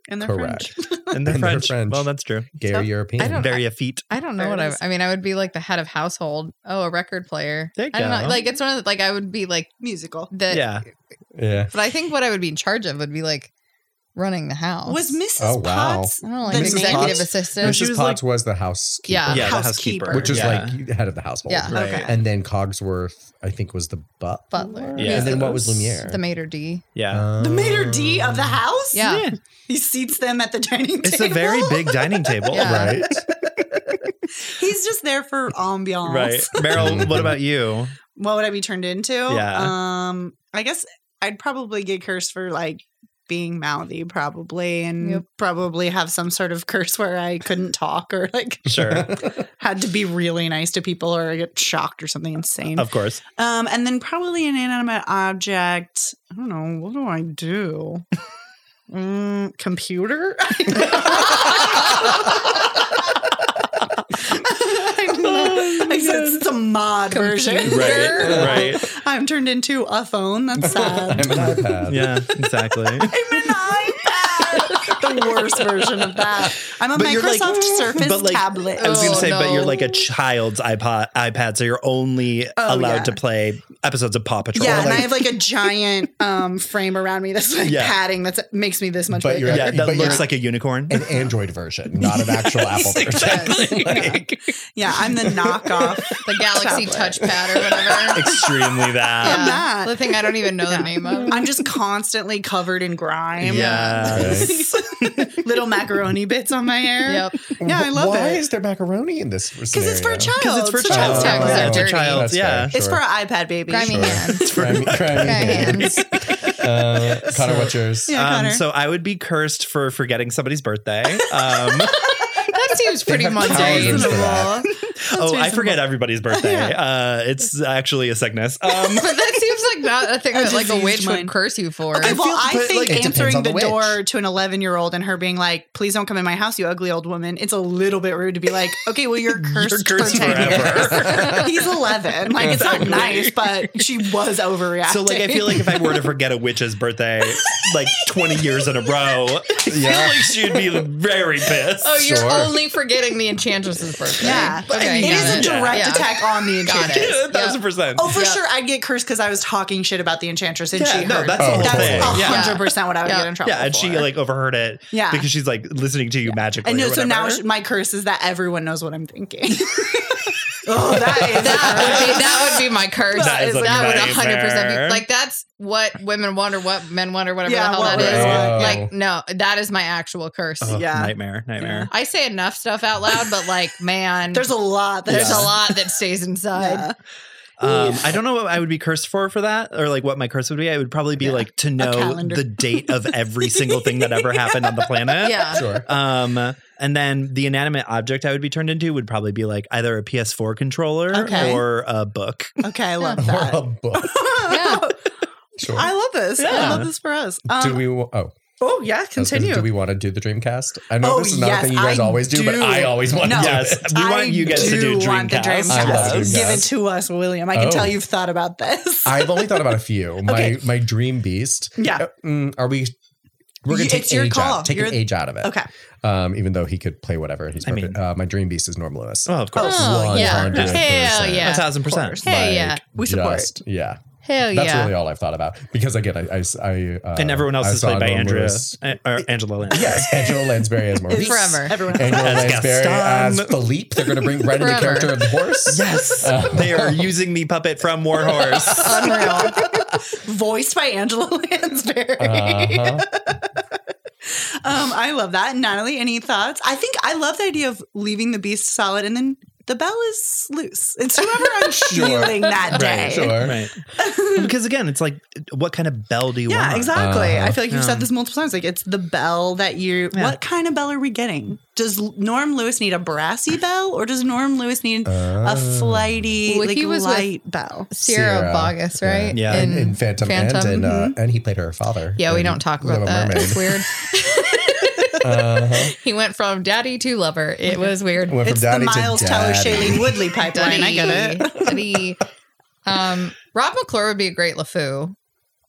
And they're Correct. French. and they're, And they're French. French. Well, that's true. Gay So- or European. I don't- Very effete. I don't know There what it I. is. I mean, I would be like the head of household. Oh, a record player. There you I don't go. know. Like it's one of the, like I would be like Musical. the. Yeah. yeah. But I think what I would be in charge of would be like running the house. Was Mrs. Oh, wow. Potts I don't know, like the an name? executive No, assistant. she Mrs. was Potts was the housekeeper. Yeah. Yeah. The Housekeeper. housekeeper. Which is Yeah. like head of the household. Yeah. Right. Okay. And then Cogsworth, I think, was the butler. Butler. Yeah. And then what was Lumiere? Oh. the maitre d. uh, Yeah. the maitre d of the Um, house. Yeah. he seats them at the dining It's table. a very big dining table. Yeah. Right. He's just there for ambiance. Right. Meryl, what about you? What would I be turned into? Yeah. Um, I guess I'd probably get cursed for like being mouthy, probably, and Yep. probably have some sort of curse where I couldn't talk or like Sure. had to be really nice to people or get shocked or something insane. Of course. Um, and then probably an inanimate object. I don't know. What do I do? Mm, computer? Oh I said it's a mod version. Right. Right. I'm turned into a phone. That's sad. I'm an iPad. Yeah, exactly. I'm an iPad. the worst version of that. I'm a But you're Microsoft like- Surface but like- tablet. I was going Oh, to say, but you're no. like a child's iPod, iPad, so you're only Oh, allowed yeah. to play episodes of Paw Patrol. yeah, and Like, I have like a giant um, frame around me that's like Yeah. padding that makes me this much But bigger. you're- yeah, that but looks like a unicorn. An Android version, not an actual Apple version. Exactly. Like, Yeah, I'm the knockoff. The Galaxy Tablet. touchpad or whatever. Extremely that. yeah. that. The thing I don't even know the name of. I'm just constantly covered in grime. Yes. Little macaroni bits on my hair. Yep. Yeah, I love Why it. is there macaroni in this? Because it's for a child. Because it's for a child. child. Yeah, Yeah. it's a Dirty. child. That's Yeah. fair. It's Sure. for an iPad baby. Grimy hands. It's for crime, crime Grimy hands. hands. Uh, Connor, what's yours? Yeah, Um, Connor. so I would be cursed for forgetting somebody's birthday. Um, That seems pretty have mundane. thousands. Reasonable. for that. oh, I reasonable. forget everybody's birthday. Uh, it's actually a sickness. Um, But that seems like not a thing I that just like a used witch mine. would curse you for. Okay, well, I but, think like, it depends answering on the, the witch. door to an 11 year old and her being like, please don't come in my house, you ugly old woman, it's a little bit rude to be like, okay, well, you're cursed, cursed for 10 forever. years. He's 11. Like, it's not nice, but she was overreacting. so like I feel like if I were to forget a witch's birthday like 20 years in a row, I feel Yeah. like she'd be very pissed. oh, you're Sure. only forgetting the Enchantress's birthday. Yeah. Okay, it got is a it. direct Yeah. attack on the Got enchantress. it. Yeah, a thousand percent. Oh, for Yeah. sure, I'd get cursed because I was talking shit about the enchantress, and Yeah, she no, heard. that's That's the whole thing. a Oh, Yeah. hundred percent what I would Yeah. get in trouble. yeah, and she for. like overheard it. Yeah. because she's like listening to you magically. and no, or so now whatever. sh- my curse is that everyone knows what I'm thinking. oh, that is That would be that would be my curse. That That, is a would hundred nightmare. percent be like that's what women wonder, what men wonder, whatever Yeah, Oh. the hell what that women is. want. Like no, that is my actual curse. Ugh, yeah. nightmare, nightmare. I say enough stuff out loud, but like man, there's a lot. there's Yeah. a lot that stays inside. Yeah. Um, I don't know what I would be cursed for for that, or like what my curse would be. I would probably be like to know calendar. the date of every single thing that ever happened on the planet. Yeah. Sure. Um, and then the inanimate object I would be turned into would probably be like either a PS4 controller Okay. or a book. Okay, I love Or a that. book. Yeah. Sure. I love this. Yeah. I love this for us. Um, Do we? wa- Oh, Oh yeah, I was gonna- continue. Do we want to do the Dreamcast? I know Oh, this is not yes, a thing you guys I always do, but do. I always want No. to. do Yes, it. we want you guys to do want the Dreamcast. I love Dreamcast. Give it to us, William. I can Oh. tell you've thought about this. I've only thought about a few. My my dream beast. Yeah. Uh, mm, Are we? We're gonna You- take it's your age call. out. Take an You're- age out of it. okay. Um, even though he could play whatever he's. I mean- perfect. uh, my dream beast is Norm Lewis. Oh, of course. Oh, yeah. 100%. Hell yeah. a thousand percent. course. Hey, yeah. We support. Oh, yeah. Hell That's yeah. really all I've thought about because again, I, I, I uh, And everyone else I is saw played by Norm Andrea Lewis. uh, or Angela Lansbury. Yes, Angela Lansbury as Maurice. Forever. Everyone. Angela As Lansbury as Gaston. Philippe. They're going to bring right in the Forever. character of the horse. Yes, they are using the puppet from War Horse. Unreal. voiced by Angela Lansbury. Uh-huh. Um, I love that. Natalie, any thoughts? I think I love the idea of leaving the beast solid and then the bell is loose. It's whoever I'm feeling that day. Right, sure. Right. because again, it's like, what kind of bell do you want? Yeah, exactly. Uh-huh. I feel like you've Yeah. said this multiple times. Like it's the bell that you. Yeah. What kind of bell are we getting? Does Norm Lewis need a brassy bell, or does Norm Lewis need Uh. a flighty, Well, like he was with- light bell? Sierra, Uh-huh. Sierra. Bogus, right? Yeah. And, and Phantom, Phantom. Mm-hmm. Ant, and, uh, and he played her father. yeah, we in don't talk about Little that. Mermaid. It's weird. Uh-huh. He went from daddy to lover. It was weird. Went from It's the daddy to Miles Teller, daddy. Shailene Woodley pipeline. I get it. Daddy. Um, Rob McClure would be a great LeFou.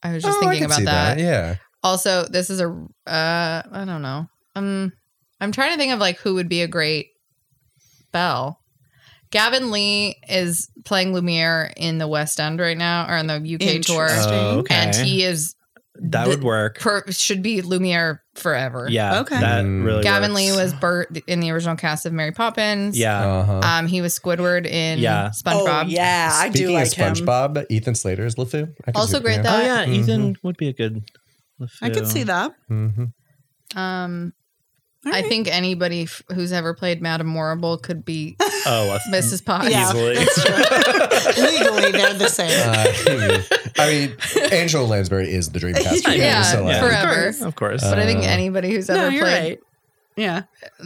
I was just Oh, I thinking can about see that. Yeah. Also, this is a uh, I don't know. Um, I'm trying to think of like who would be a great Bell. Gavin Lee is playing Lumiere in the West End right now, or in the UK tour, Interesting. Oh, okay. and he is that the- would work. per, should be Lumiere forever. yeah. Okay. That Mm. really Gavin works. Lee was Bert in the original cast of Mary Poppins. Yeah. Uh-huh. Um, he was Squidward in Yeah. SpongeBob. Oh yeah, I do Speaking like of SpongeBob, Ethan Slater is LeFou. I can Also see- great Oh that- yeah, Mhm. Ethan would be a good. him. I could see that. Mhm. Um, All I right. think anybody f- who's ever played Madame Morrible could be Oh, a- Mrs. Potts. Yeah. easily. legally they're the same. Uh, I mean, Angela Lansbury is the Dreamcast. character, Yeah, so like, yeah. forever. of course. But I think Uh, anybody who's ever played Yeah.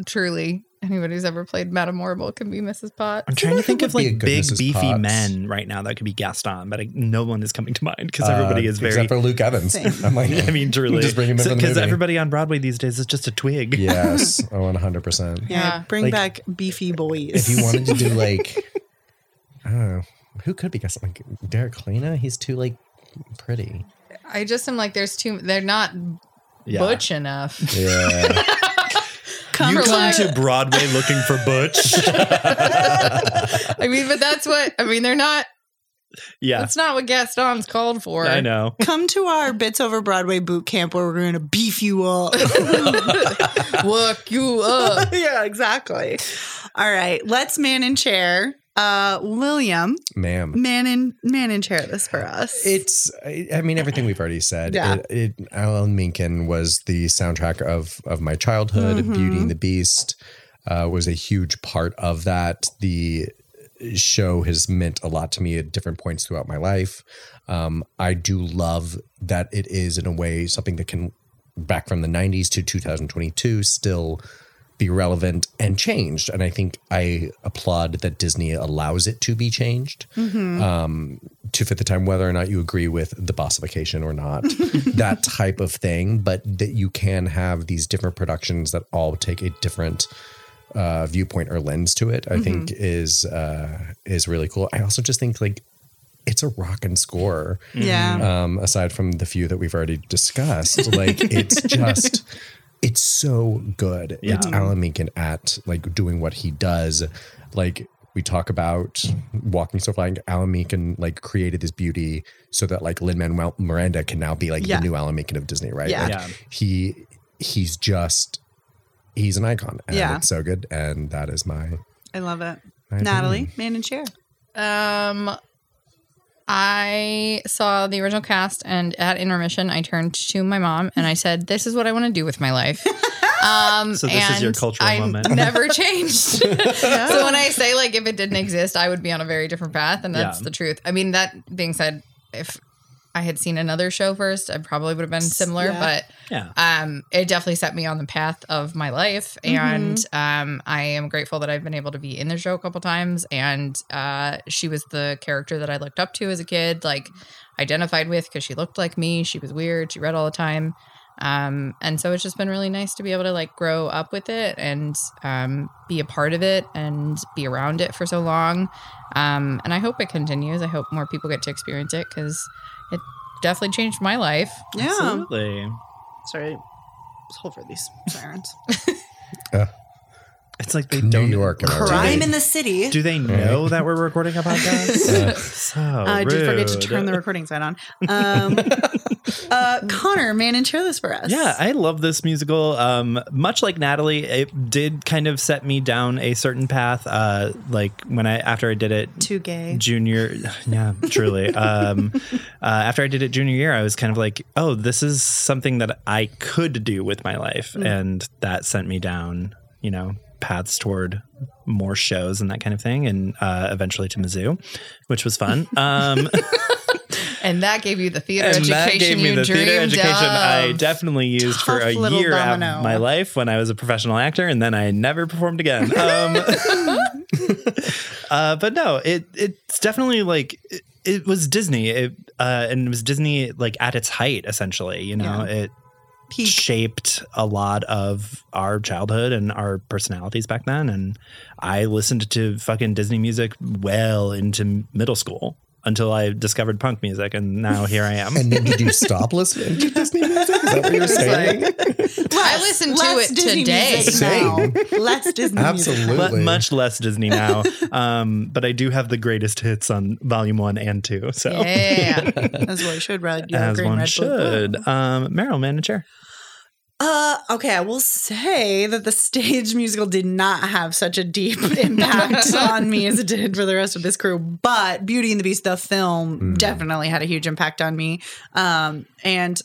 truly anybody who's ever played Madame Morrible can be Mrs. Potts. I'm trying to think of would be a like good big Mrs. beefy Potts. men right now that could be Gaston, but I, no one is coming to mind because uh, everybody is very. Except for Luke Evans. Same. I'm like, I mean, truly, Just bring him in for the because movie. everybody on Broadway these days is just a twig. yes. Oh, 100%. Yeah. Yeah. Bring Like- back beefy if boys. you wanted to do like I don't know who could be guessing like Derek Lena. He's too like pretty. I just am like, there's too they're not Yeah. butch enough. Yeah, Come You for come life. to Broadway looking for Butch. I mean, but that's what I mean. They're not. yeah, That's not what Gaston's called for. I know. Come to our Bits Over Broadway boot camp where we're going to beef you up. Look you up. yeah, exactly. All right, let's man in chair. Uh, William, ma'am. man in man in chair this for us. It's I I mean everything we've already said. Yeah. It, it, Alan Menken was the soundtrack of of my childhood. Beauty and the Beast uh, was a huge part of that. The show has meant a lot to me at different points throughout my life. Um, I do love that it is in a way something that can back from the 90s to 2022 still be relevant and changed. And I think I applaud that Disney allows it to be changed um, to fit the time, whether or not you agree with the bossification or not, that type of thing. But that you can have these different productions that all take a different uh, viewpoint or lens to it, I think is uh, is really cool. I also just think like it's a rock and score yeah. um, aside from the few that we've already discussed. Like it's just, it's so good. It's Alan Menken at like doing what he does. Like we talk about walking so flying. Alan Menken like created this beauty so that like Lin Manuel Miranda can now be like Yeah. the new Alan Menken of Disney, right? Yeah. Like, Yeah. He he's just he's an icon. And Yeah. it's so good. And that is my, I love it. my Natalie, opinion. man in chair. Um, I saw the original cast, and at intermission, I turned to my mom and I said, "This is what I want to do with my life." Um, So this is your and cultural I moment. Never changed. So when I say like if it didn't exist, I would be on a very different path, and that's Yeah. the truth. I mean, that being said, if I had seen another show first, I probably would have been similar, yeah. but Yeah. um, it definitely set me on the path of my life, and um, I am grateful that I've been able to be in the show a couple times. And uh, she was the character that I looked up to as a kid, like identified with because she looked like me. She was weird. She read all the time. Um, and so it's just been really nice to be able to like grow up with it and um, be a part of it and be around it for so long. Um, and I hope it continues. I hope more people get to experience it because it definitely changed my life. Yeah. Absolutely. Sorry. It's whole for these sirens. It's like they New don't. York. am I right? Crime in the city. Do they know that we're recording a podcast? so I did forget to rude. turn the recording sign on. Um, uh, Connor, man, and share this for us. Yeah, I love this musical. Um, much like Natalie, it did kind of set me down a certain path. Uh, like when I after I did it Too gay. junior yeah truly um uh, after i did it junior year i was kind of like oh this is something that i could do with my life and that sent me down you know paths toward more shows and that kind of thing and uh, eventually to mizzou which was fun um And that gave you the theater and education that gave me you the dreamed theater education of. I definitely used for Tough a little year out domino. of my life when I was a professional actor, and then I never performed again. Um, uh, but no, it it's definitely like it, it was Disney, it, uh, and it was Disney like at its height, essentially. You know, it Peak. shaped a lot of our childhood and our personalities back then. And I listened to fucking Disney music well into middle school until I discovered punk music, and now here I am. And then did you stop listening to Disney music? Is that what you're saying? I listened to Less it Disney today. music now. Less Disney music. Absolutely. Le- much less Disney now, um, but I do have the greatest hits on Volume One and Two. So. yeah. As one should, red, yellow, As green, one red, blue, blue. should. Um, Meryl, man, and chair. Uh, okay, I will say that the stage musical did not have such a deep impact on me as it did for the rest of this crew, but Beauty and the Beast, the film, Hmm. Mm. definitely had a huge impact on me. Um, and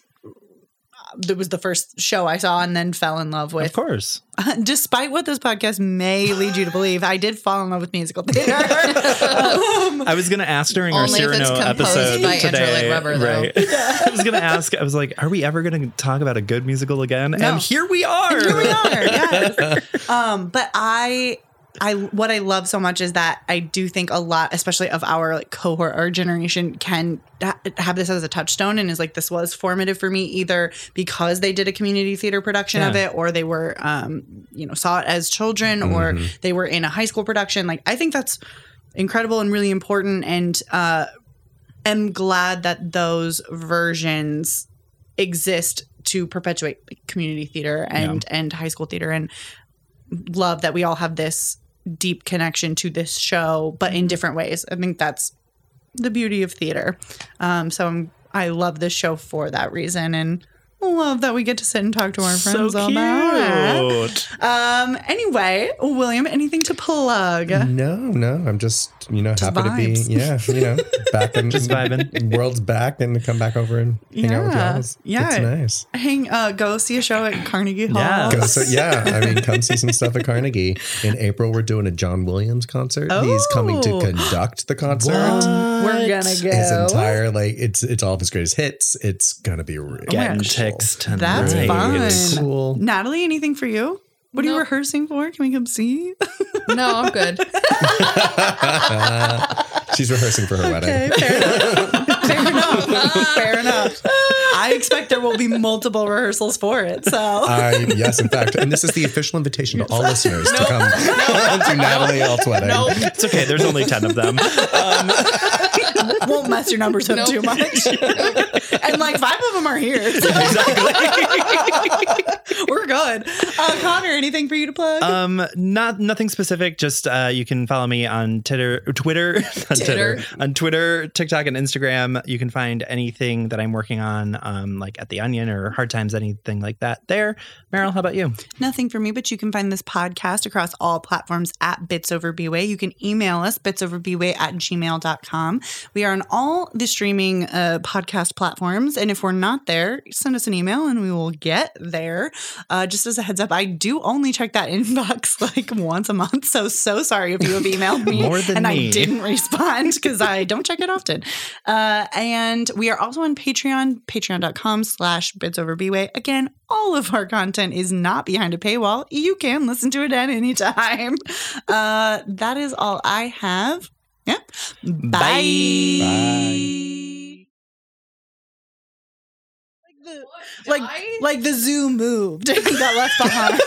it was the first show I saw and then fell in love Of with. course. Despite what this podcast may lead you to believe, I did fall in love with musical theater. Um, I was going to ask during our Only if it's Cyrano composed episode by Andrew today. Lloyd Webber, though. right. I was going to ask. I was like, "Are we ever going to talk about a good musical again?" No. And here we are. Here we are. Yes. um, but I, I, what I love so much is that I do think a lot, especially of our like cohort or generation, can ha- have this as a touchstone and is like this was formative for me either because they did a community theater production of Yeah. it or they were, um, you know, saw it as children or Mm-hmm. they were in a high school production. Like I think that's incredible and really important and uh am glad that those versions exist to perpetuate like, community theater and and high school theater and love that we all have this deep connection to this show but in different ways i think that's the beauty of theater um so I'm, i love this show for that reason and love that we get to sit and talk to our So friends about it cute. um anyway william anything to plug Mm. No, no. I'm just, you know, Just happy vibes. to be, yeah, you know, back in Just vibing. World's back and to come back over and hang out with Yeah. y'all. It's, Yeah. it's nice. hang uh go see a show at carnegie hall Yeah. Go, so, yeah, I mean, come see some stuff at Carnegie. In April, we're doing a John Williams concert. He's coming to Oh. conduct the concert. we're gonna go His entire like it's it's all of his greatest hits. It's gonna be really Getting gosh. ticks tonight. That's It's fun. cool. natalie anything for you what are you Nope. rehearsing for can we come see No, I'm good. She's rehearsing for her okay wedding. fair enough fair enough fair enough i expect there will be multiple rehearsals for it so I, yes, in fact, and this is the official invitation to all listeners to come to Natalie Alt's wedding. It's okay. There's only ten of them. won't mess your numbers up Nope. too much and like five of them are here so we're good uh, connor anything for you to plug Um, not nothing specific. Just uh, you can follow me on Titter, Twitter, on Titter, on Twitter, TikTok, and Instagram. You can find anything that I'm working on, um, like at the Onion or Hard Times, anything like that. There, Meryl, how about you? Nothing for me, but you can find this podcast across all platforms at Bits Over Bway. You can email us, bitsoverbway at gmail.com. We are on all the streaming uh, podcast platforms. And if we're not there, send us an email and we will get there. Uh, just as a heads up, I do only check that inbox like once a month. So, so sorry if you have emailed me More than and me. I didn't respond because I don't check it often. Uh, and we are also on Patreon, patreon.com slash bits over bway. Again, all of our content is not behind a paywall. You can listen to it at any time. Uh, that is all I have. Yeah. Bye. Bye. Bye. the like like the zoo moved. he got left behind.